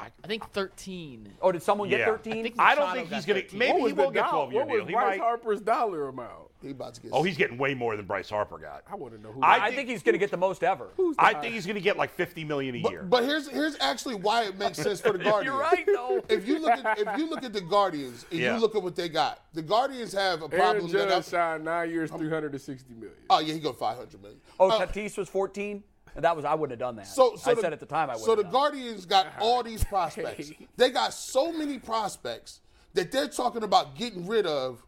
I think 13.
Oh, did someone
Yeah.
get
I
13?
think-
I don't
Machado
think he's
got
going to.
13.
Maybe
What
he
was the
will get
dollar-
12 year
Oh, What
deal.
was
He
Bryce
might.
Harper's dollar amount?
He about to get.
Oh, he's getting way more than Bryce Harper got.
I want to know who.
I
that-
I think he's going to get the most ever.
I think he's going to get like 50 million a year.
But, but here's here's actually why it makes sense for the Guardians.
You're right, though.
If you look at if you look at the Guardians and
Yeah.
you look at what they got, the Guardians have a
Aaron
problem
Judge
that I,
signed nine years, three hundred and sixty million.
oh yeah he got five hundred million.
Oh,
Uh,
Tatis was 14. That was I wouldn't have done that.
So, so
I
the-
said at the time I would.
So the Guardians got all these prospects. they got so many prospects that they're talking about getting rid of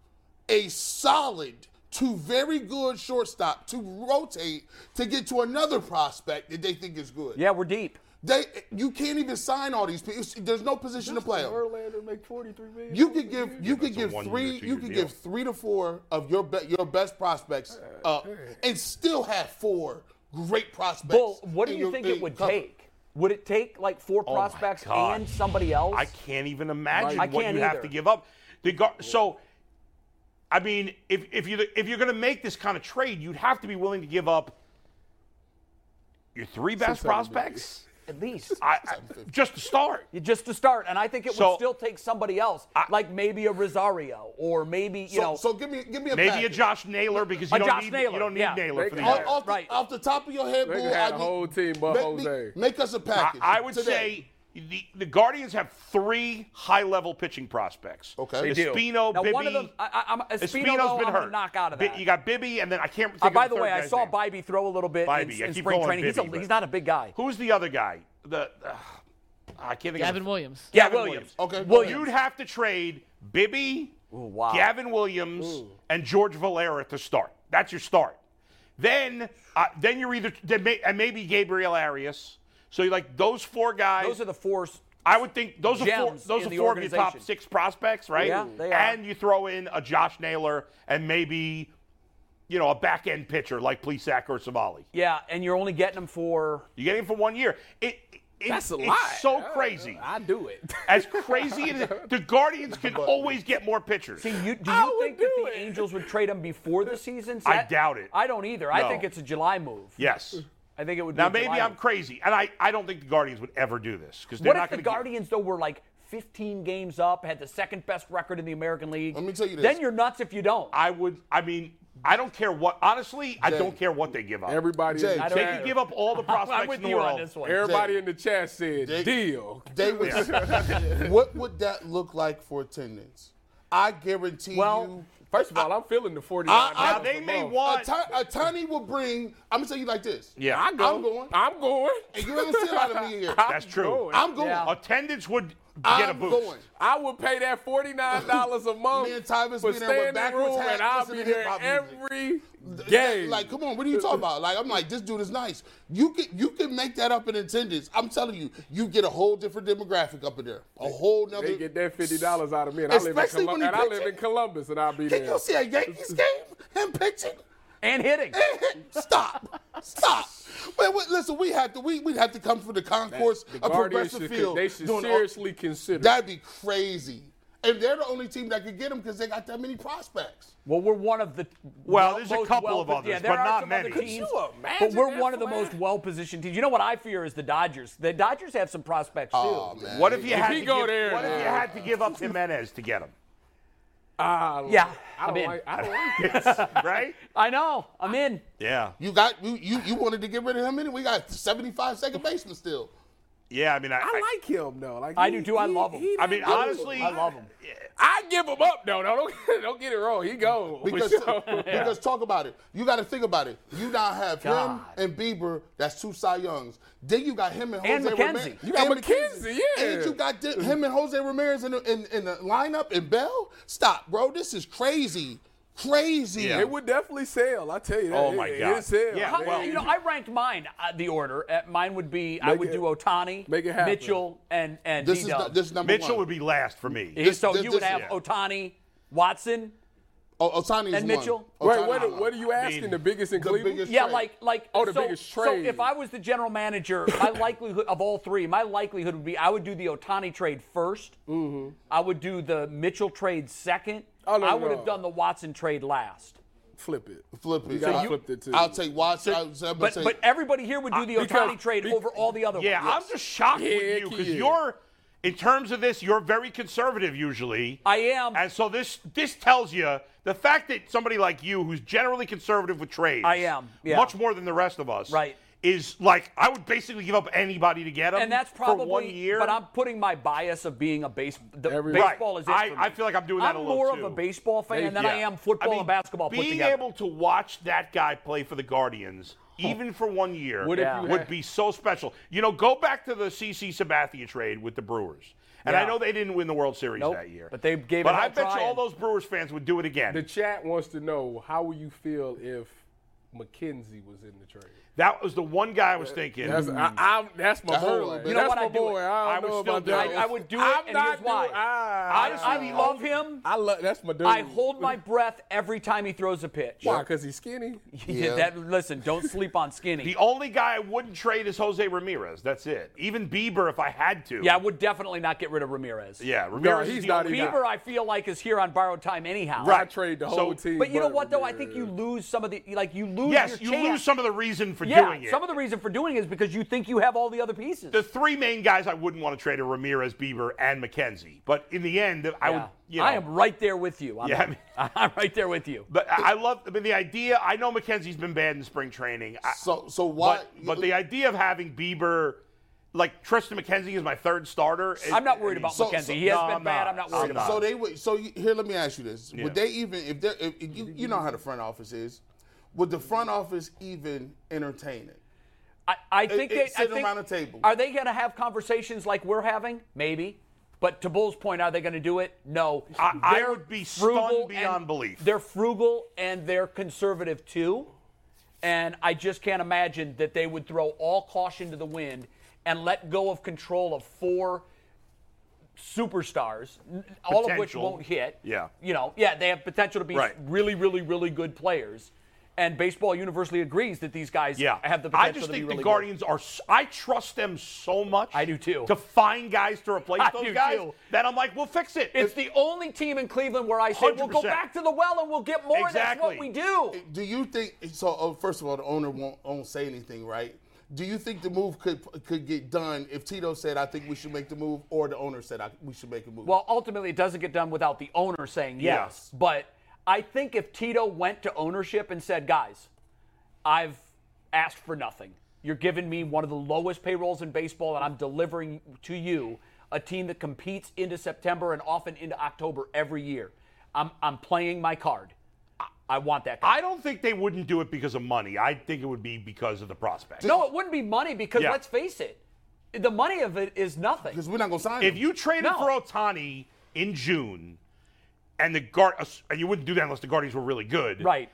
a solid to very good shortstop to rotate to get to another prospect that they think is good.
Yeah, we're deep.
They you can't even sign all these people. There's no position to play 'em.
Verlander make forty three million.
You could give you could
a
give
one-year,
three you
two-year
could
deal.
give three to four of your be, your best prospects up and still have four great prospects.
Bull, what do
in
you
your-
think
in
it would
cover.
take? Would it take like four
Oh my
prospects
God.
and somebody else?
I can't even imagine
I
what
can't
you have
either.
to give up. The Gar- so, I mean, if if you if you're going to make this kind of trade, you'd have to be willing to give up your three
600
best
million.
prospects.
At least.
I, I just to start.
You- Just to start, and I think it
So-
would still take somebody else, like maybe a Rosario or maybe you
So,
know.
so give me give me a
Maybe a
package.
Josh Naylor because you
A
don't
Josh
need
Naylor,
you don't need
yeah.
Naylor for the
They-
year.
Off, off
Right.
the, off the top of your head,
They
Bull,
could have
I
a
need-
whole team but
make, me-
Jose.
make us a
I,
package.
I would
today.
say the, the Guardians have three high-level pitching prospects.
Okay. They do.
Espino,
now
Bibby.
one of them, I, I, I'm Espino,
Espino's
though,
been
I'm gonna
hurt.
knock out of
Bi-
that.
You got Bibby, and then I can't. Think
Uh,
of
by
the,
the
third
way, I
guy's
saw
name.
Bibby throw a little bit
Bibby.
in,
I
in
keep
spring
calling
training.
Bibby,
he's, a,
but-
he's not a big guy.
Who's the other guy? The uh, I can't think
Gavin
of.
Williams.
yeah,
Gavin
Williams.
Williams.
Okay, go
Williams.
You'd have to trade Bibby,
wow.
Gavin Williams, and George Valera to start. That's your start. Then, uh, then you're either then may, and maybe Gabriel Arias. So you like those four guys.
Those are the four. s-
I would think those are four.
gems
Those
in
are
the
four of your top
organization.
six prospects, right?
Yeah, they are.
And you throw in a Josh Naylor and maybe, you know, a back end pitcher like Plesac or Savali.
Yeah, and you're only getting them for.
You get him for one year. It, it
That's a
it's
lot.
so
Uh,
crazy.
I do it.
As crazy as the Guardians can always get more pitchers.
See, you, do
I
you
would
think that
do
the
it.
Angels would trade him before the season? See,
I
that-
doubt it.
I don't either. I
No.
think it's a July move.
yes.
I think it would.
Now
be
maybe
July.
I'm crazy, and I, I don't think the Guardians would ever do this because they're
What
not
if the
going to.
Guardians though were like 15 games up, had the second best record in the American League?
Let me tell you this.
Then you're nuts if you don't.
I would. I mean, I don't care what. Honestly, I don't care what they give up.
Everybody,
Jay,
in the
I
they
don't-
chat,
can give up all the
I'm
prospects
with
in the
you
world.
on this one.
everybody
Jay.
in the chat said
Jay-
deal.
They would. what would that look like for attendance? I guarantee
Well,
you.
First of all, I'm feeling the 49.
Now they may want.
A tiny will bring. I'm gonna tell you like this.
Yeah.
I go.
I'm going.
I'm going.
And you ain't seen out of me here.
That's
I'm
true.
going.
I'm going.
Yeah.
Attendance would get a
I'm
boost.
going.
I would pay that forty nine dollars a month
Me and Tyvus
for
be there with
standing
backwards
room,
hats,
and I'll
listening
be
to
there
hip-hop
every
Yeah,
game.
Like, come on, what are you talking about? Like, I'm like, this dude is nice. You can you can make that up in attendance. I'm telling you, you get a whole different demographic up in there. A whole nother.
They get that fifty dollars out of me, and I live in,
Especially
Colum-
when
and
he
I
pitch
live in
it.
Columbus, and I'll be
Can
there.
you see a Yankees game? Him pitching?
and hitting.
Stop! Stop! Man, wait, listen, we have to we we have to come from the concourse
The
of
Guardians
Progressive
should,
Field.
they should
doing all-
seriously consider.
that'd be crazy. And they're the only team that could get him because they got that many prospects.
Well, we're one of the
Well, there's a
most
couple
well-
of others,
yeah, there
but
are
not
some other
many. Could
teams,
you imagine
but we're
that
one of the
flag?
most well-positioned teams. You know what I fear is the Dodgers. The Dodgers have some prospects too.
Oh man!
What if you had
he
to
go
give,
there,
What if you
nah.
had to give up Jimenez to get him?
I don't-
Yeah,
I
I'm
don't
in.
like. I don't like it.
Right?
I know. I'm in.
Yeah.
you got you you you wanted to get rid of him? And we got 75 second baseman still.
Yeah. I mean, I.
I like him though. Like
I
he-
do too. I
he-
love him.
he
I
done
mean,
good.
honestly,
I love them.
I give him up though. No, don't don't get it wrong. He go
Because, because talk about it. You got to think about it. You now have
God.
him and Bieber. That's two Cy Youngs. Then you got him and Jose
And
Ramirez.
McKenzie.
You got
And
McKenzie, yeah.
And you got di- him and Jose Ramirez in the, in, in the lineup and Bell. Stop, bro. This is crazy. Crazy.
Yeah.
it would definitely sell. I tell you. That.
Oh, my
It-
God.
it sell.
Yeah,
How-
well-
you know, I ranked mine uh, the order. Uh, mine would be I
Make
would
it-
do Otani,
make it happen.
Mitchell, and and
This is
D-Dub.
the, this is number
Mitchell
one.
would be last for me.
He- so
this-
you
this-
would have
yeah.
Otani, Watson.
oh, Otani is
and
one.
Mitchell?
Wait,
Ohtani
what,
is
are-
one.
what are you asking?
mean,
the biggest in
the
Cleveland?
biggest-
Yeah,
trade.
like like
Oh, the
so,
biggest
so
trade.
if I was the general manager, my likelihood of all three, my likelihood would be I would do the Otani trade 1st
Mm-hmm.
I would do the Mitchell trade second.
Oh, no,
I
no,
would
no.
have done the Watson trade last.
Flip it.
Flip it.
You gotta
I-
flip it too.
I'll take Watson. I'll- I'm gonna
But
take-
but everybody here would do the
because-
Otani trade
be-
over all the other
Yeah,
ones.
I'm just shocked
Yeah,
with you because
kid.
you're, in terms of this, you're very conservative usually.
I am.
And so this this tells you the fact that somebody like you, who's generally conservative with trades,
I am, yeah.
much more than the rest of us,
Right.
Is like I would basally give up anybody to get him,
and that's probably
for one year.
But I'm putting my bias of being a base. The
Every- Right.
baseball is it
I-
for me.
I feel like I'm doing that
I'm
a little
more
too.
of a baseball fan than I
Yeah.
am football
I mean,
and basketball put
Being
together. Oh.
able to watch that guy play for the Guardians, even for one year,
What if you
would
had-
be so special. You know, go back to the CC Sabathia trade with the Brewers, and I
Yeah.
know they didn't win the World Series
Nope,
that year,
but they gave
But
it
I
all
bet you all
trying.
those Brewers fans would do it again.
The chat wants to know how would you feel if McKenzie was in the trade?
that was the one guy I was thinking.
That's I, I'm, that's my boy.
That's what I would.
That's
You know
what,
my
I do
boy.
it.
I
I
don't
would
know
still
about
do
that.
it.
I- I would do it,
I'm
and
not
here's
doing-
why.
I,
Honestly, I love him.
I love. That's my dude.
I hold my breath every time he throws a pitch.
Why? Because he's skinny.
Yeah, that, listen, don't sleep on skinny.
the only guy I wouldn't trade is Jose Ramirez. That's it. Even Bieber, if I had to.
yeah, I would definitely not get rid of Ramirez.
Yeah, Ramirez.
he's
is the
not
only
even-
guy.
Bieber, I feel like, is here on borrowed time anyhow.
I trade the whole team.
But you know what, though? I
Ramirez.
think you lose some of the, like, you lose
Yes, you
your chance.
lose some of the reason for
yeah,
doing it.
some of the reason for doing it is because you think you have all the other pieces.
the three main guys I wouldn't want to trade are Ramirez, Bieber, and McKenzie. But in the end, I would.
Yeah.
You know,
I am right there with you. I'm,
Yeah, I mean-
I'm right there with you.
But I I love. I mean, the idea. I know McKenzie's been bad in spring training. I,
so so why?
but but the idea of having Bieber, like Tristan McKenzie, is my third starter. is-
I'm not worried about
So-
McKenzie.
so-
he has
No,
been
I'm
bad.
not.
I'm not worried
I'm
about
not.
him.
So they would. So you- here, let me ask you this:
Yeah.
Would they even if they if if you, you know how the front office is? Would the front office even entertain it?
I, I think
it-
they
sitting
I think,
around a table.
Are they going to have conversations like we're having? Maybe. But to Bull's point, are they going to do it? No.
I- I
They're
would be stunned
frugal
beyond
and-
belief.
They're frugal and they're conservative too. And I just can't imagine that they would throw all caution to the wind and let go of control of four superstars, n- all of which
Potential.
won't hit.
Yeah.
You know, yeah, they have potential to be
Right.
really, really, really good players. And baseball universally agrees that these guys
Yeah,
have the potential
I just
to
think
be really
the
good.
Guardians are. s- I trust them so much.
I do too.
To find guys to replace
I do
those guys,
too.
that I'm like, we'll fix it.
It's the only team in Cleveland where I say we will go
100%.
back to the well and we'll get more. That's
Exactly.
what we do.
Do you think so? Oh, first of all, the owner won't, won't say anything, right? Do you think the move could could get done if Tito said, "I think we should make the move," or the owner said, I, "We should make a move"?
Well, ultimately, it doesn't get done without the owner saying yes.
Yeah.
But I think if Tito went to ownership and said, guys, I've asked for nothing. You're giving me one of the lowest payrolls in baseball, and I'm delivering to you a team that competes into September and often into October every year. I'm, I'm playing my card. I, I want that card.
I don't think they wouldn't do it because of money. I think it would be because of the prospect.
no, it wouldn't be money because
Yeah.
let's face it, the money of it is nothing.
because we're not gonna sign
If
him.
you traded
No.
for Otani in June, and the guard, uh, and you wouldn't do that unless the Guardians were really good.
Right.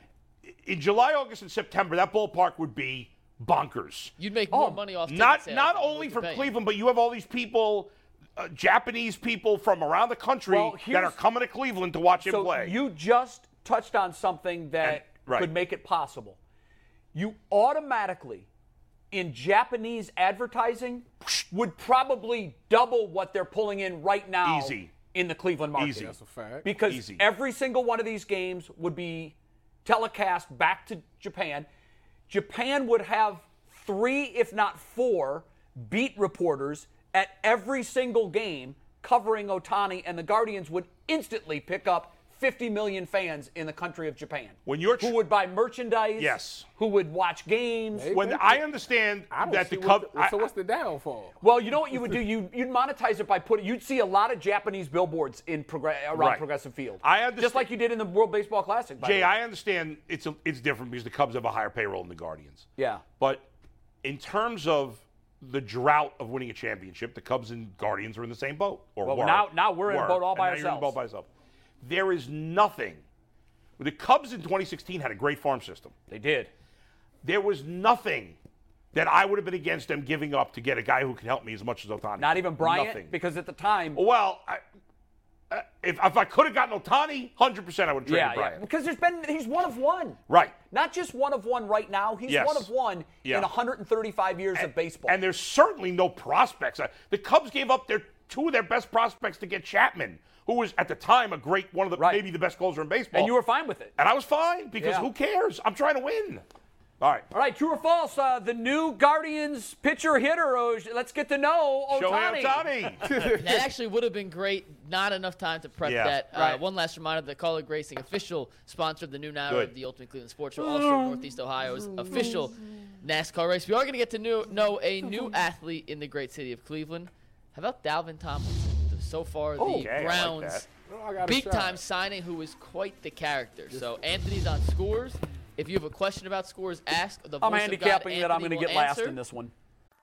In July, August, and September, that ballpark would be bonkers.
You'd make more money off ticket
Oh, Not
sales
not
than what
only
you're
for
paying.
Cleveland, but you have all these people, uh, Japanese people from around the country
Well,
that are
here's-
coming to Cleveland to watch him
so
play.
you just touched on something that
And- right.
could make it possible. You automatically, in Japanese advertising, would probably double what they're pulling in right now
Easy.
in the Cleveland market.
Easy. That's a
fact.
Because
Easy.
every single one of these games would be telecast back to Japan. Japan would have three, if not four, beat reporters at every single game covering Otani, and the Guardians would instantly pick up 50 million fans in the country of Japan.
When you're tr-
who would buy merchandise?
Yes.
Who would watch games?
when the- I understand
I don't
that
see
the
what
Cubs,
the- so what's the downfall?
Well, you know what you would do? You, you'd monetize it by putting, you'd see a lot of Japanese billboards in progr- around
Right.
Progressive Field.
I understand-
Just like you did in the World Baseball Classic. By
Jay,
the way.
I understand it's a, it's different because the Cubs have a higher payroll than the Guardians.
Yeah.
But in terms of the drought of winning a championship, the Cubs and Guardians are in the same boat. Or
Well,
were.
now- now we're in a
Were.
boat all
And now
by
you're in a
ourselves.
boat by yourself. There is nothing. The Cubs in 2016 had a great farm system.
They did.
There was nothing that I would have been against them giving up to get a guy who can help me as much as Otani.
Not even Bryant,
Nothing.
because at the time,
well, I, uh, if, if I could have gotten Otani, 100% I would have traded
yeah, yeah,
Bryant.
because there's been he's one of one,
Right.
Not just one of one right now. He's
Yes.
one of one
Yeah.
in 135 years of baseball.
And there's certainly no prospects. Uh, The Cubs gave up their two of their best prospects to get Chapman, who was at the time a great one of the
Right.
maybe the best closer in baseball.
And you were fine with it.
And I was fine because
Yeah.
who cares? I'm trying to win. All right.
All right, true or false? Uh, the new Guardians pitcher hitter. Oh, let's get to know
Shohei
Otani.
Otani.
That actually would have been great. Not enough time to prep
Yeah.
that. Uh,
Right.
one last reminder: the Call of Racing official sponsor of the new hour
Good.
of the Ultimate Cleveland Sports Show, also Northeast Ohio's official NASCAR race. We are going to get to new, know a new athlete in the great city of Cleveland. How about Dalvin Tomlinson? So far, the
Okay, I like
Browns'
I got a
big
shot.
time signing, who is quite the character. So Anthony's on scores. If you have a question about scores, ask the voice
I'm
of God,
handicapping that I'm
Anthony
going to
will
get last
answer.
in this one.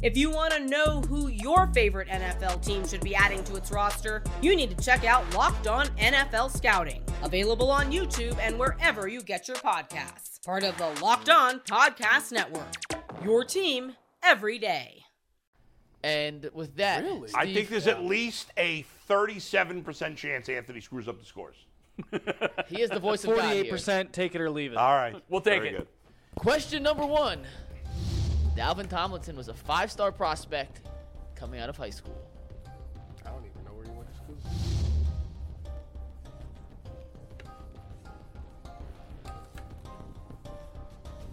If you want to know who your favorite NFL team should be adding to its roster, you need to check out Locked On NFL Scouting, available on YouTube and wherever you get your podcasts. Part of the Locked On Podcast Network. Your team every day.
And with that,
I
Steve-
think there's at least a 37% chance Anthony screws up the scores.
he is the voice of God.
Forty-eight
Here.
percent. Take it or leave it.
All right.
We'll take
Very
it.
good.
Question number one Dalvin Tomlinson was a five star prospect coming out of high school.
I don't even know where he went to school.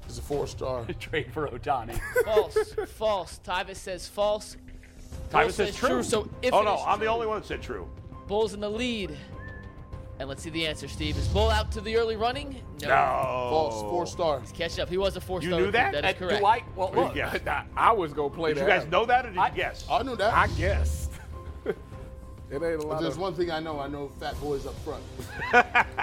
He's a four star.
Trade for Otani.
False, false. Tyvis says false. Will
Tyler says true.
So if
oh,
it
no.
is
I'm the
true,
only one that said true.
Bull's in the lead. And let's see the answer, Steve. Is Bull out to the early running? No.
No.
False, Oh, four star.
Catch up. He was a four star.
You knew that? Uh,
That is correct.
Do I? Well, look.
Yeah. Did
Nah, I was gonna play
you
that.
guys know that or did you guess?
I knew that.
I guessed. it ain't a
But
lot
there's
of.
one thing I know. I know fat boys up front.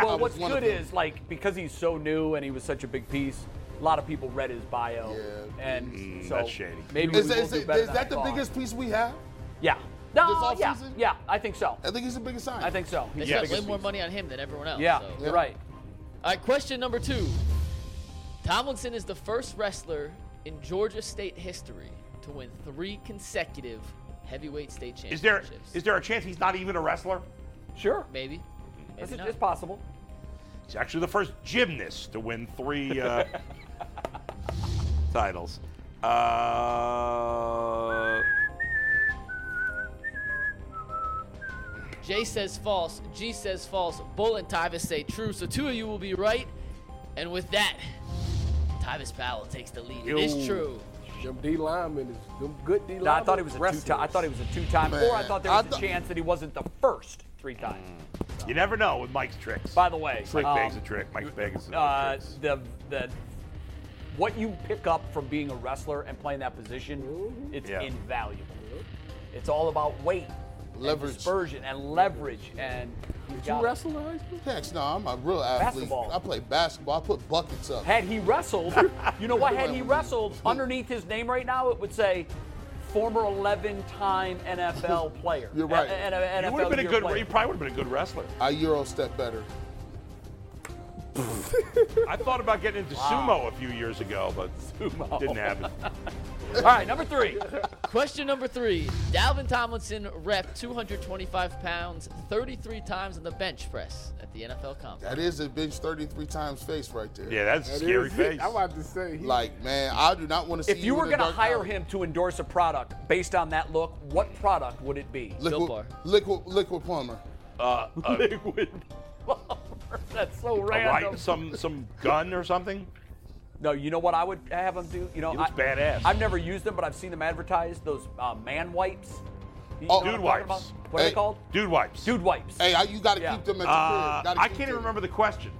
Well, what's
one of
good
them.
is like because he's so new and he was such a big piece. A lot of people read his bio,
Yeah.
and so
Mm, that's shady.
maybe
Is,
we will
is-
do
is
better than I
that the
thought.
biggest piece we have?
Yeah. No.
this off
yeah.
season?
Yeah. I think so.
I think he's the biggest sign.
I think so. He's
They
the
Yes.
spent
biggest
way more
piece.
money on him than everyone else.
Yeah.
so-
You're right.
All right, question number two. Tomlinson is the first wrestler in Georgia state history to win three consecutive heavyweight state
Is there
championships.
is there a chance he's not even a wrestler?
Sure.
Maybe.
It's,
not.
it's possible.
He's actually the first gymnast to win three uh, titles. Uh,
Jay says false. G says false. Bull and Tyvis say true. So two of you will be right. And with that, Tyvis Powell takes the lead. It is
Yo.
true.
Them D linemen is them good D linemen.
No, I thought it was a
wrestlers.
two-time. I thought it was a two-time, or I
Man,
thought there
I
was a
thought-
chance that he wasn't the first three times.
Mm, you never know with Mike's tricks.
By the way,
Trick
um,
bag's a trick. Mike's bag is a
uh,
tricks.
the the what you pick up from being a wrestler and playing that position, it's
Yeah.
invaluable. It's all about weight,
Leverage.
dispersion, and leverage, and you
Did
got
you
it.
wrestle in high school?
Heck, no, I'm a real athlete.
Basketball.
I play basketball. I put buckets up.
Had he wrestled, you know what? Had he wrestled, underneath his name right now, it would say former 11-time NFL player.
You're right.
And a- and a
you
NFL
would have been a
year
good.
player.
You probably would have been a good wrestler.
I euro step better.
I thought about getting into sumo a few years ago, but sumo
Oh.
didn't happen.
All right, number three.
Question number three. Dalvin Tomlinson rep 225 pounds 33 times on the bench press at the NFL Combine.
That is a bench 33 times face right there.
Yeah, that's a
That
scary
is-
face.
I'm about to say. he-
Like, man, I do not want to see
If you were
going to
gonna hire him to endorse a product based on that look, what product would it be?
liquid,
Bar.
liquid, liquid plumber.
Uh, a,
Liquid plumber. That's so
a
random.
right, some some gun or something.
No, you know what I would have him do? You know,
He looks
I,
badass.
I've never used them, but I've seen them advertised. Those uh, man wipes. You know
Oh.
what I'm
Dude
talking
wipes.
about? What are
Hey.
they called?
Dude wipes.
Dude wipes.
Hey, I, you got to
Yeah.
keep them at the
Uh,
crib. Gotta
I
keep
can't even
them.
remember the question.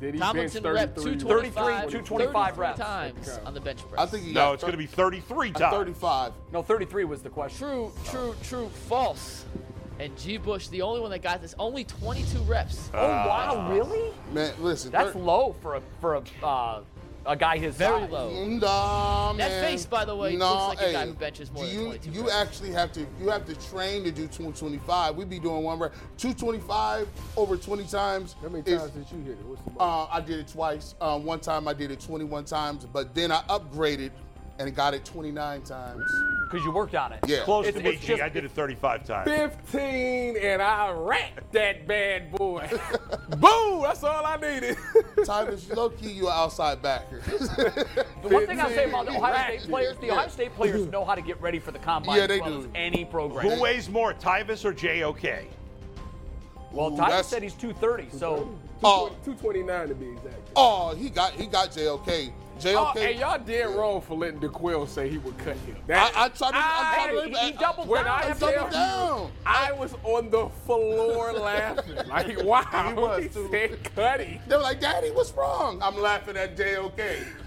Did he
Tomlinson
bench
rep
33?
225
33, 225
33
reps.
times on the bench press.
I think he
No,
got
it's
thir-
going to be 33
got
times.
35.
No, 33 was the question.
True, true, true, false. And G. Bush, the only one that got this, only 22 reps.
Uh,
Oh wow, really?
Man, listen.
That's
thir-
low for a for a uh, a guy his
Very
size.
low.
Nah,
That
man.
face, by the way,
Nah,
looks like a guy
hey,
who benches more
do
than
you,
22
You
reps.
actually have to you have to train to do 225. We'd be doing one rep. 225 over 20 times.
How many
is-
times did you hit it? What's the most?
Uh, I did it twice. Um, one time I did it 21 times, but then I upgraded and got it 29 times.
Because you worked on it.
Yeah.
Close
It's-
to me,
it's
G.
just-
I did it 35 times.
15 and I racked that bad boy. Boom! That's all I needed.
Tyvus, low key, you an outside backer.
The one thing I'll say about the Ohio
Right.
State players, the
Yeah.
Ohio State players know how to get ready for the combine
Yeah,
as
they
well
do.
as any program.
Who weighs more, Tyvus or JOK?
well,
Ooh,
Tyler
that's-
said he's 230, so
Oh.
229 to be exact.
oh, he got he got JOK. JOK.
Oh, and y'all did wrong for letting DeQuil say he would cut him. That-
I- I tried to- I tried to-
Hey,
I-
he doubled
when
down.
I
after
doubled
that.
tell
down.
you, I was on the floor laughing. Like, wow.
He was, too.
said cut him.
they were like, Daddy, what's wrong? I'm laughing at JOK.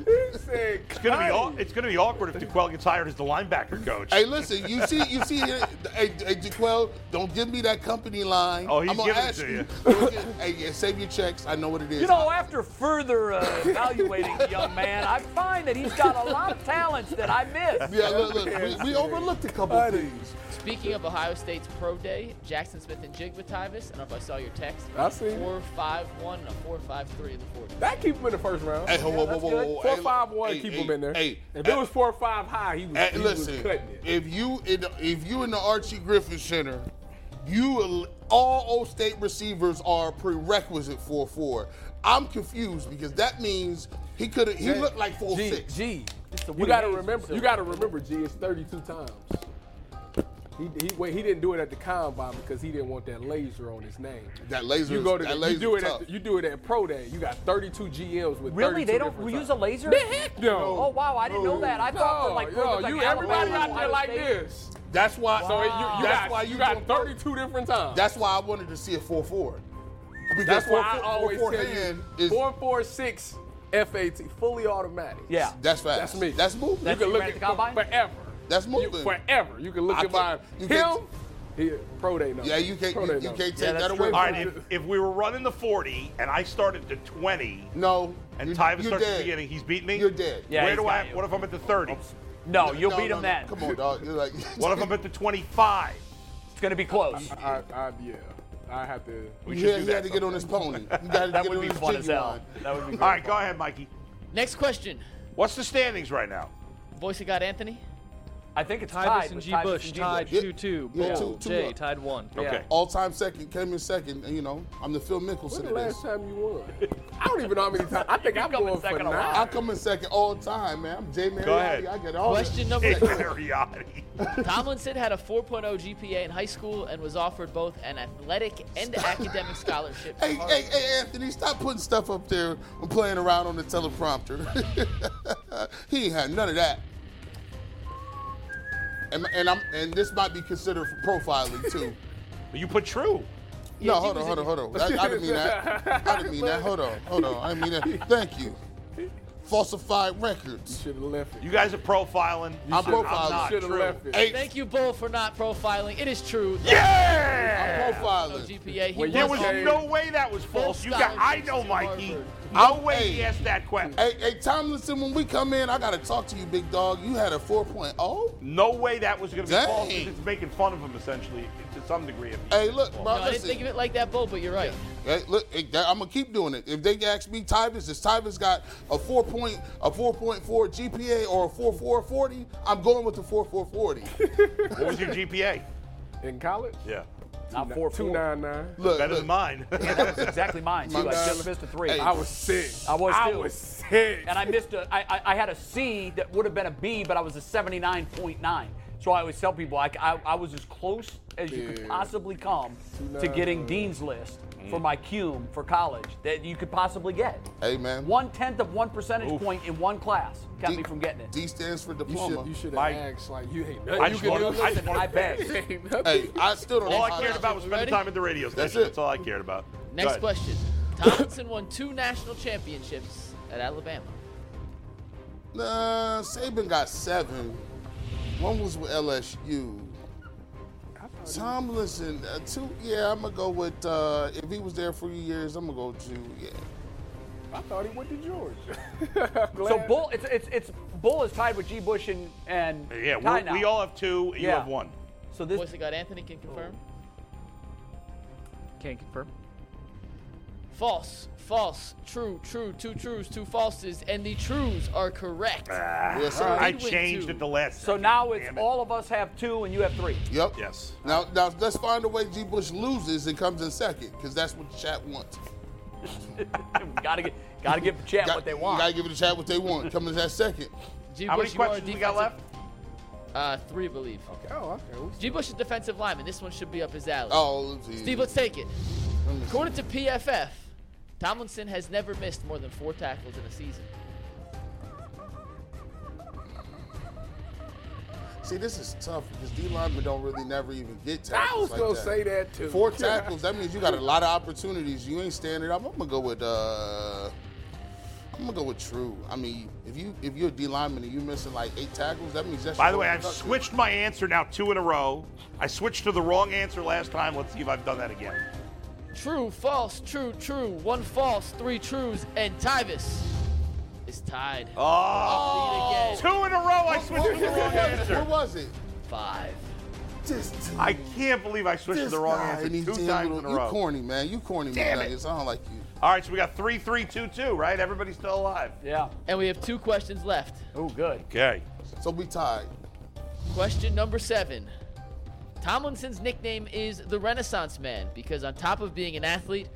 He said cut
It's gonna be
him.
au- it's gonna be awkward if DeQuell gets hired as the linebacker coach.
Hey, listen, you see, you see, here, hey, hey, Jaquel, don't give me that company line.
Oh, he's
I'm gonna
giving it
ask
to
you.
you.
Don't get- hey, yeah, save your checks. I know what it is.
You know, after further uh, evaluating the young man, I find that he's got a lot of talents that I miss.
yeah, look, look, we, we overlooked a couple
Honey.
things.
Speaking of Ohio State's pro day, Jackson Smith and Jigba Tyvis, I don't know if I saw your text.
I see it.
Four five one and a four five three in the fourth.
That keep him in the first round.
Hey, whoa, whoa, whoa, whoa,
Good.
whoa,
Four
hey,
five one,
hey,
keep
hey,
him in there.
hey,
if
hey,
it was four five high, he was,
Hey,
he was
listen,
cutting it.
if you in the- if you in the Archie Griffin Center, you al- all O State receivers are prerequisite for four. I'm confused because that means he could have. He looked like four
G,
six.
G.
the
You
Woody
gotta
Hayes
remember.
facility.
You gotta remember. G. It's 32 times. He he wait. He didn't do it at the combine because he didn't want that laser on his name.
That laser.
You
is-
go to
that
the,
laser
you do it
tough.
at you do it at pro day. You got 32 GMs with
Really,
32
they don't
different
use a
times.
laser?
The heck no.
Oh wow, I didn't know that. I thought for like
No,
programs
yo, you
like
everybody
Alabama,
out there
Ohio
like
State-
this.
That's why.
So it- you, you
that's
got,
why
you,
you
got
doing-
32 different times.
That's why I wanted to see a four four. Because
That's
four,
why I
four-
always
four, four
tell you
hand is.
446 FAT, fully automatic.
Yeah.
that's fast.
That's me.
That's moving.
That's-
you
you
can look
ran
at
the combine?
forever.
That's
You-
moving.
forever. You can look
I
at mine.
can't- you
Him,
can't-
he, pro day number.
yeah, you can't.
Pro
You,
day
you
number.
can't take
Yeah, that's
that away.
true.
All
from
right,
me.
if, if we were running the 40 and I started the 20
no.
and
you-
Tyvus
you're
starts at
dead.
the beginning, he's beat me.
You're dead.
Yeah,
Where
he's
do
got
I?
you.
What if I'm at the 30?
No, you'll
No,
beat
no, no.
him then.
Come on, dog. You're like.
What if I'm at the 25?
It's gonna be close.
I, I, yeah, I have to.
We
Yeah,
should
he
do
had
that.
to get on his pony. He got to
That
get
would
on
be
his
fun as
jiggy
hell.
line.
That would be.
All right, go ahead, Mikey.
Next question.
What's the standings right now?
Voice of God Anthony.
I think it's
Tyvus
tied.
and
with
G.
Tyvus
Bush
and G.
tied
Yeah.
two two.
Yeah,
Bull,
two- two
Jay
up.
tied one.
Okay.
All time second came in second, and you know I'm the Phil
When
Mickelson
the
of
last
this.
time you won? I don't even know how many times. I think I'm
come in
going for
second a lot.
I
nine.
come in second all time, man. I'm Jay
Go ahead.
Mariotti. I get all
Question
that.
number
Hey,
two.
Mariotti.
Tomlinson had a 4.0 GPA in high school and was offered both an athletic and academic scholarship. to
Hey,
Harvard.
hey, hey, Anthony, stop putting stuff up there and playing around on the teleprompter. he ain't had none of that. And, and I'm and this might be considered for profiling too.
You put true.
no, hold on, hold on, hold on. That- I, didn't mean that. I didn't mean that. Hold on, hold on. I didn't mean that. Thank you. Falsified records.
Should have left it.
You guys are profiling.
I'm profiling.
not
Should have
true.
left it.
Eight.
Thank you, Bull, for not profiling. It is true. that
I'm
Yeah.
profiling.
GPA. He
Well,
There
you
was
Okay.
no way that was false. You got. I know, Mikey. No
Harvard.
way he
Hey.
asked that question.
Hey, hey, Tomlinson, when we come in, I gotta talk to you, big dog. You had a oh? 4.0?
No way that was going to be
Dang.
false. 'cause It's making fun of him essentially to some degree. if he-
Hey, look, bro,
No, I didn't
listen.
think of it like that, Bull, but you're right.
Hey, look, hey, that- I'm gonna keep doing it. If they ask me, Tyvis, is Tyvis got a 4. Point, a 4.4 GPA or a 4440? I'm going with the 4440.
What was your GPA?
In college?
Yeah.
Not four
Two
four.
nine nine.
Look,
Better
look,
than mine.
That was exactly mine. too.
My
I
bad.
just missed a three.
Hey.
I was sick.
I was
I
too.
was sick.
and I missed a. I, I, I had a C that would have been a B, but I was a 79.9. So I always tell people I, I, I was as close as you could possibly come to getting Dean's list
Mm.
for my cum for college that you could possibly get.
Hey, man.
One tenth of one percentage point in one class kept
D-
me from getting it.
D stands for
You
diploma.
should, you should have
Mike.
asked like you ain't
I
nothing. You
just
can
wanted-
do
I just
nothing.
I
wanted-
bet.
Ain't nothing.
hey, I still don't
All
know
I
how
cared
that-
about was spending
Ready?
time at the radio station. That's,
it.
all I cared about.
Next
Go ahead.
question. Tomlinson won two national championships at Alabama.
Nah, Saban got seven. One was with LSU. Tomlinson, uh, two. Yeah, I'm gonna go with. Uh, if he was there for years, I'm gonna go two. Yeah.
I thought he went to Georgia.
So Bull, it's it's it's Bull is tied with G. Bush and and
Yeah,
Ty
we're-
now.
we all have two. You
Yeah.
have one.
So this
Voice of God Anthony can confirm.
Can't confirm.
False, false, true, true, two trues, two falses, and the trues are correct.
Yes, sir.
Uh-huh.
I
did win
changed
two.
at the last.
so
second.
now it's
Damn it.
all of us have two and you have three.
Yep.
Yes.
Now, now let's find a way G. Bush loses and comes in second, because that's what the chat wants.
gotta get gotta give the chat
Got-
what they want.
Gotta give the chat what they want. Coming in that second.
G.
How many
Bush, you are a
questions we got left?
defensive- Uh, three, I believe.
Oh, okay.
G. Bush is defensive lineman. This one should be up his alley.
Oh, let's see.
Steve, let's take it.
Let me see.
According to PFF, Tomlinson has never missed more than four tackles in a season.
See, this is tough because D linemen don't really never even get
I was
tackles.
gonna
like that.
say that too.
Four tackles. That means you got a lot of opportunities. You ain't standing up. I'm gonna go with. uh I'm gonna go with True. I mean, if you if you're a D lineman and you're missing like eight tackles, that means that's.
By the way, I've switched my answer now two in a row. I switched to the wrong answer last time. Let's see if I've done that again.
True, false, true, true, one false, three trues, and Tyvis is tied.
Oh,
Lead
two
again.
in a row. I switched to the wrong
Where
answer.
was it?
Five.
Just two.
I can't believe I switched to the wrong answer
and these
two
damn
times
little-
in a
you
row.
corny, man. You corny,
Damn
man.
it.
I don't like you.
All right, so we got three, three, two, two, right? Everybody's still alive.
Yeah.
And we have two questions left.
Oh, good.
Okay.
So we tied.
Question number seven. Tomlinson's nickname is the Renaissance Man because, on top of being an athlete,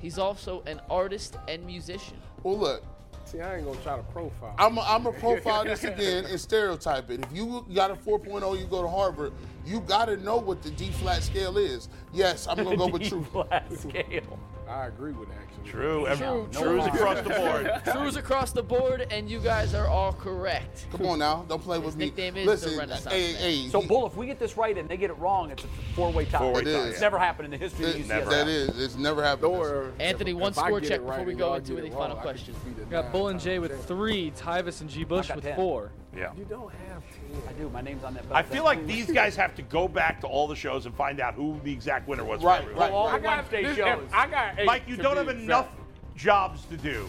he's also an artist and musician.
Well, look,
See, I ain't gonna try to profile.
I'm a, I'm a profile this again and stereotype it. If you got a 4.0, you go to Harvard. You got to know what the D flat scale is. Yes, I'm gonna go with True.
Last scale.
I agree with that, actually.
True. Every,
True,
true's
true.
across the board.
Trues across the board, and you guys are all correct.
Come on now, don't play with
His
me.
nickname is the
Listen,
Renaissance
hey,
Man.
hey,
So
he-
Bull, if we get this right and they get it wrong, it's a four-way tie.
Four-way It
tie, is.
It's never happened in the history of
it-
UCSF.
never
that is, it's never happened.
Or
Anthony, one
I
score
get
check
it
before we
and
go
y'all
into
get
any
it
final
I could
question.
just be the
We got
nine
Bull and
time
Jay
champ.
with three. Tyvus and G. Bush
got
with
ten.
four.
Yeah.
You don't have
I
ten.
do. My name's on that.
I feel like these guys have to go back to all the shows and find out who the exact winner was. for
Right,
everyone.
right.
all
right.
the Wednesday
this-
shows.
I got eight
Mike, you
to
don't
be
have
exact.
enough jobs to do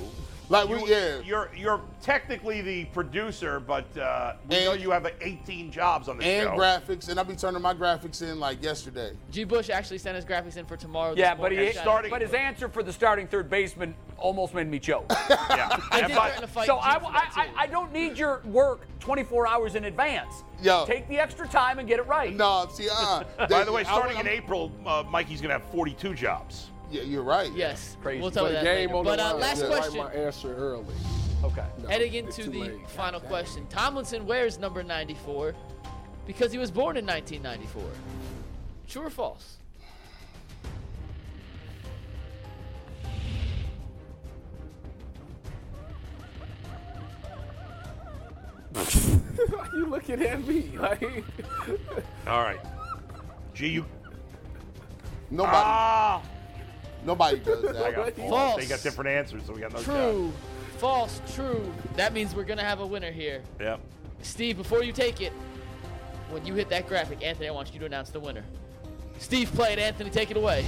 Like we, yeah.
You're you're technically the producer, but uh, we know
And-
you have 18 jobs on the
and
show.
graphics, and I be turning my graphics in like yesterday.
G. Bush actually sent his graphics in for tomorrow.
Yeah,
this
but
morning.
he
Starting-
but his answer for the starting third baseman almost made me choke.
yeah.
I
And
did
by-
threaten to fight
so
G
I,
for
I,
that,
I,
too.
I don't need your work 24 hours in advance.
Yo.
Take the extra time and get it right.
No, see, uh,
by the way, starting in April, uh, Mikey's gonna have 42 jobs.
Yeah, you're right.
Yes,
Crazy.
We'll tell you that.
The game
later.
on
but
the
uh,
line.
last
I
question.
Like my answer early.
Okay.
No,
Heading into
it's
the
too late.
final question, Tomlinson wears number 94 because he was born in 1994. True or false?
Why you looking at me? Like,
All right. Gee, you.
Nobody,
Ah!
nobody does
I
that.
got false.
False.
They got different answers, so we got no shot.
True. False. True. That means we're gonna have a winner here.
Yep.
Steve, before you take it, when you hit that graphic, Anthony, I want you to announce the winner. Steve played. Anthony, take it away.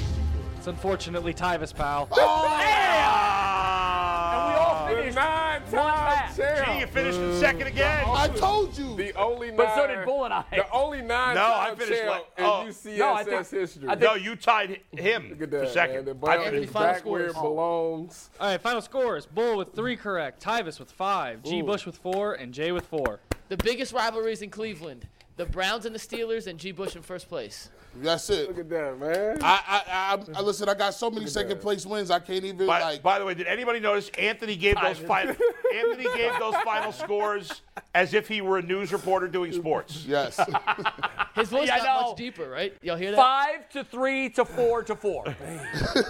It's unfortunately Tyvus, pal.
Ah!
we all
the
finished.
nine-time
back.
Gee, you
champ.
finished in second again.
I told you.
The only nine.
But so did Bull and I.
The only nine
No, I
time
finished
champ
like-
in
oh,
UCSS
no, I think-
history.
I
No, you tied him
Look at
for
that,
second.
man. The
I
ball
finished
is
Anthony, final
back where it
scores.
belongs.
All right, final scores. Bull with three correct, Tyvus with five, G. Bush with four, and Jay with four.
The biggest rivalries in Cleveland: the Browns and the Steelers, and G. Bush in first place.
That's
Look
it.
at that, man.
I, I, I, I listen. I got so many second place wins. I can't even
By,
like.
by the way, did anybody notice Anthony gave those final Anthony gave those final scores as if he were a news reporter doing sports.
yes.
His voice
Yeah, I
got
know.
much deeper, right? Y'all hear that?
Five to three to four to four.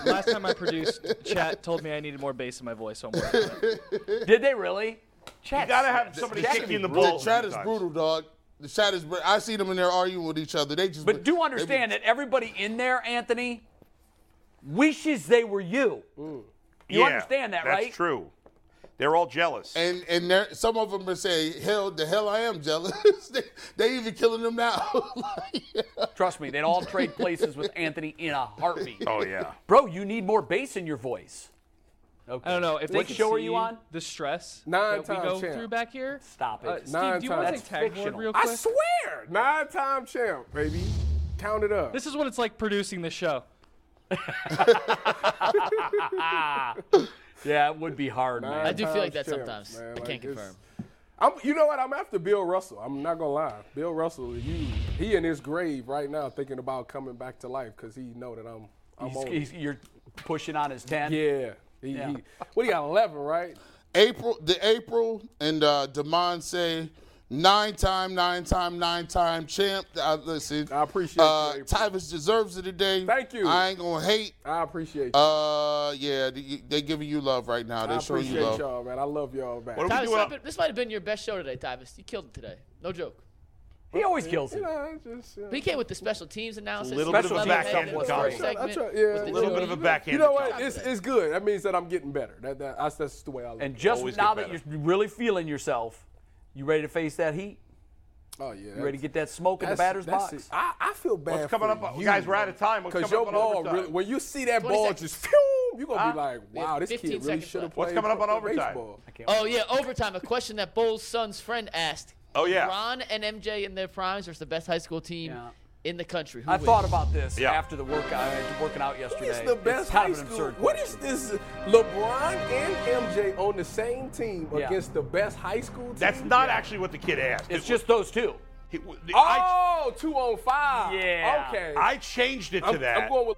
Last time I produced, chat told me I needed more bass in my voice. So I'm working on it.
Did they really?
You gotta have somebody
Jack-
kick you in the
the
balls.
chat is
sometimes.
brutal, dog. The chat is. br- I see them in there arguing with each other. They just.
But do understand that everybody in there, Anthony, wishes they were you. You
Yeah,
understand that, right?
That's true. They're all jealous.
And and there, some of them are saying, "Hell, the hell, I am jealous." they, they even killing them now. Like,
Trust me, they'd all trade places with Anthony in a heartbeat.
oh yeah.
Bro, you need more bass in your voice. Okay.
I don't know if they
What
could
show are
see
you on?
The stress that we
Nine-time
go
champ.
through back here.
Stop it.
Uh, Steve, do you
Nine-time.
want to
That's
take tag board
fictional.
real quick?
I swear, nine-time champ, baby. Count it up.
This is what it's like producing this show.
yeah, it would be hard, man.
I do feel like
Nine-time
that
champs,
sometimes.
man.
I
Like,
can't
it's-
confirm.
I'm, you know what? I'm after Bill Russell. I'm not gonna lie. Bill Russell, you, he in his grave right now, thinking about coming back to life because he know that I'm, I'm
He's-
on. it.
he's- you're pushing on his 10.
yeah. He,
Yeah.
He, what do you got? Eleven, right?
April, the April, and uh, Demond say nine time, nine time, nine time champ. I, listen,
I appreciate you,
uh,
April.
Tyvus deserves it today.
Thank you.
I ain't gonna hate.
I appreciate you.
Uh, yeah, they, they giving you love right now. They
I
showing
appreciate
you love.
y'all, man. I love y'all back.
What do
Tyvus,
we
this
do?
might,
Up?
be- this might have been your best show today, Tyvus. You killed it today. No joke.
He always kills it.
You know, it's just, you know.
But he came with the special teams analysis.
little bit
of a
teams
backhand
segment,
compliment.
first segment
I try- yeah.
with the
A little
two
bit of a
you.
backhanded
You know what?
compliment.
It's, it's good. That means that I'm getting better. That, that that's, that's the way I look.
And just
Always
now
get
that
better.
you're really feeling yourself, you ready to face that heat?
oh yeah,
You ready to get that smoke in the
that's-
batter's
that's
box?
it. I, I feel bad.
What's coming
for
up? Oh,
you,
Guys, we're out of time. What's
Because
coming
your
up on
ball,
overtime?
really, when you see that
20
ball
seconds.
just phew, you're gonna be
Huh?
like, wow, this
15
kid really
seconds
should have
left.
played.
What's coming up on
fucking
overtime?
baseball.
Oh yeah, overtime. A question that Bowles' son's friend asked.
Oh, yeah.
Ron and MJ in their primes versus the best high school team
Yeah.
in the country. Who
I
wins?
thought about this
Yeah.
after the workout, after working out
Who
yesterday.
is the best
it's
high
kind of an
school?
absurd
what is
question.
this? LeBron and MJ on the same team
Yeah.
against the best high school team?
That's not actually what the kid asked.
It's
It-
just those two.
he- the- I,
Oh, two on five.
Yeah.
Okay.
I changed it to
I'm,
that.
I'm going with.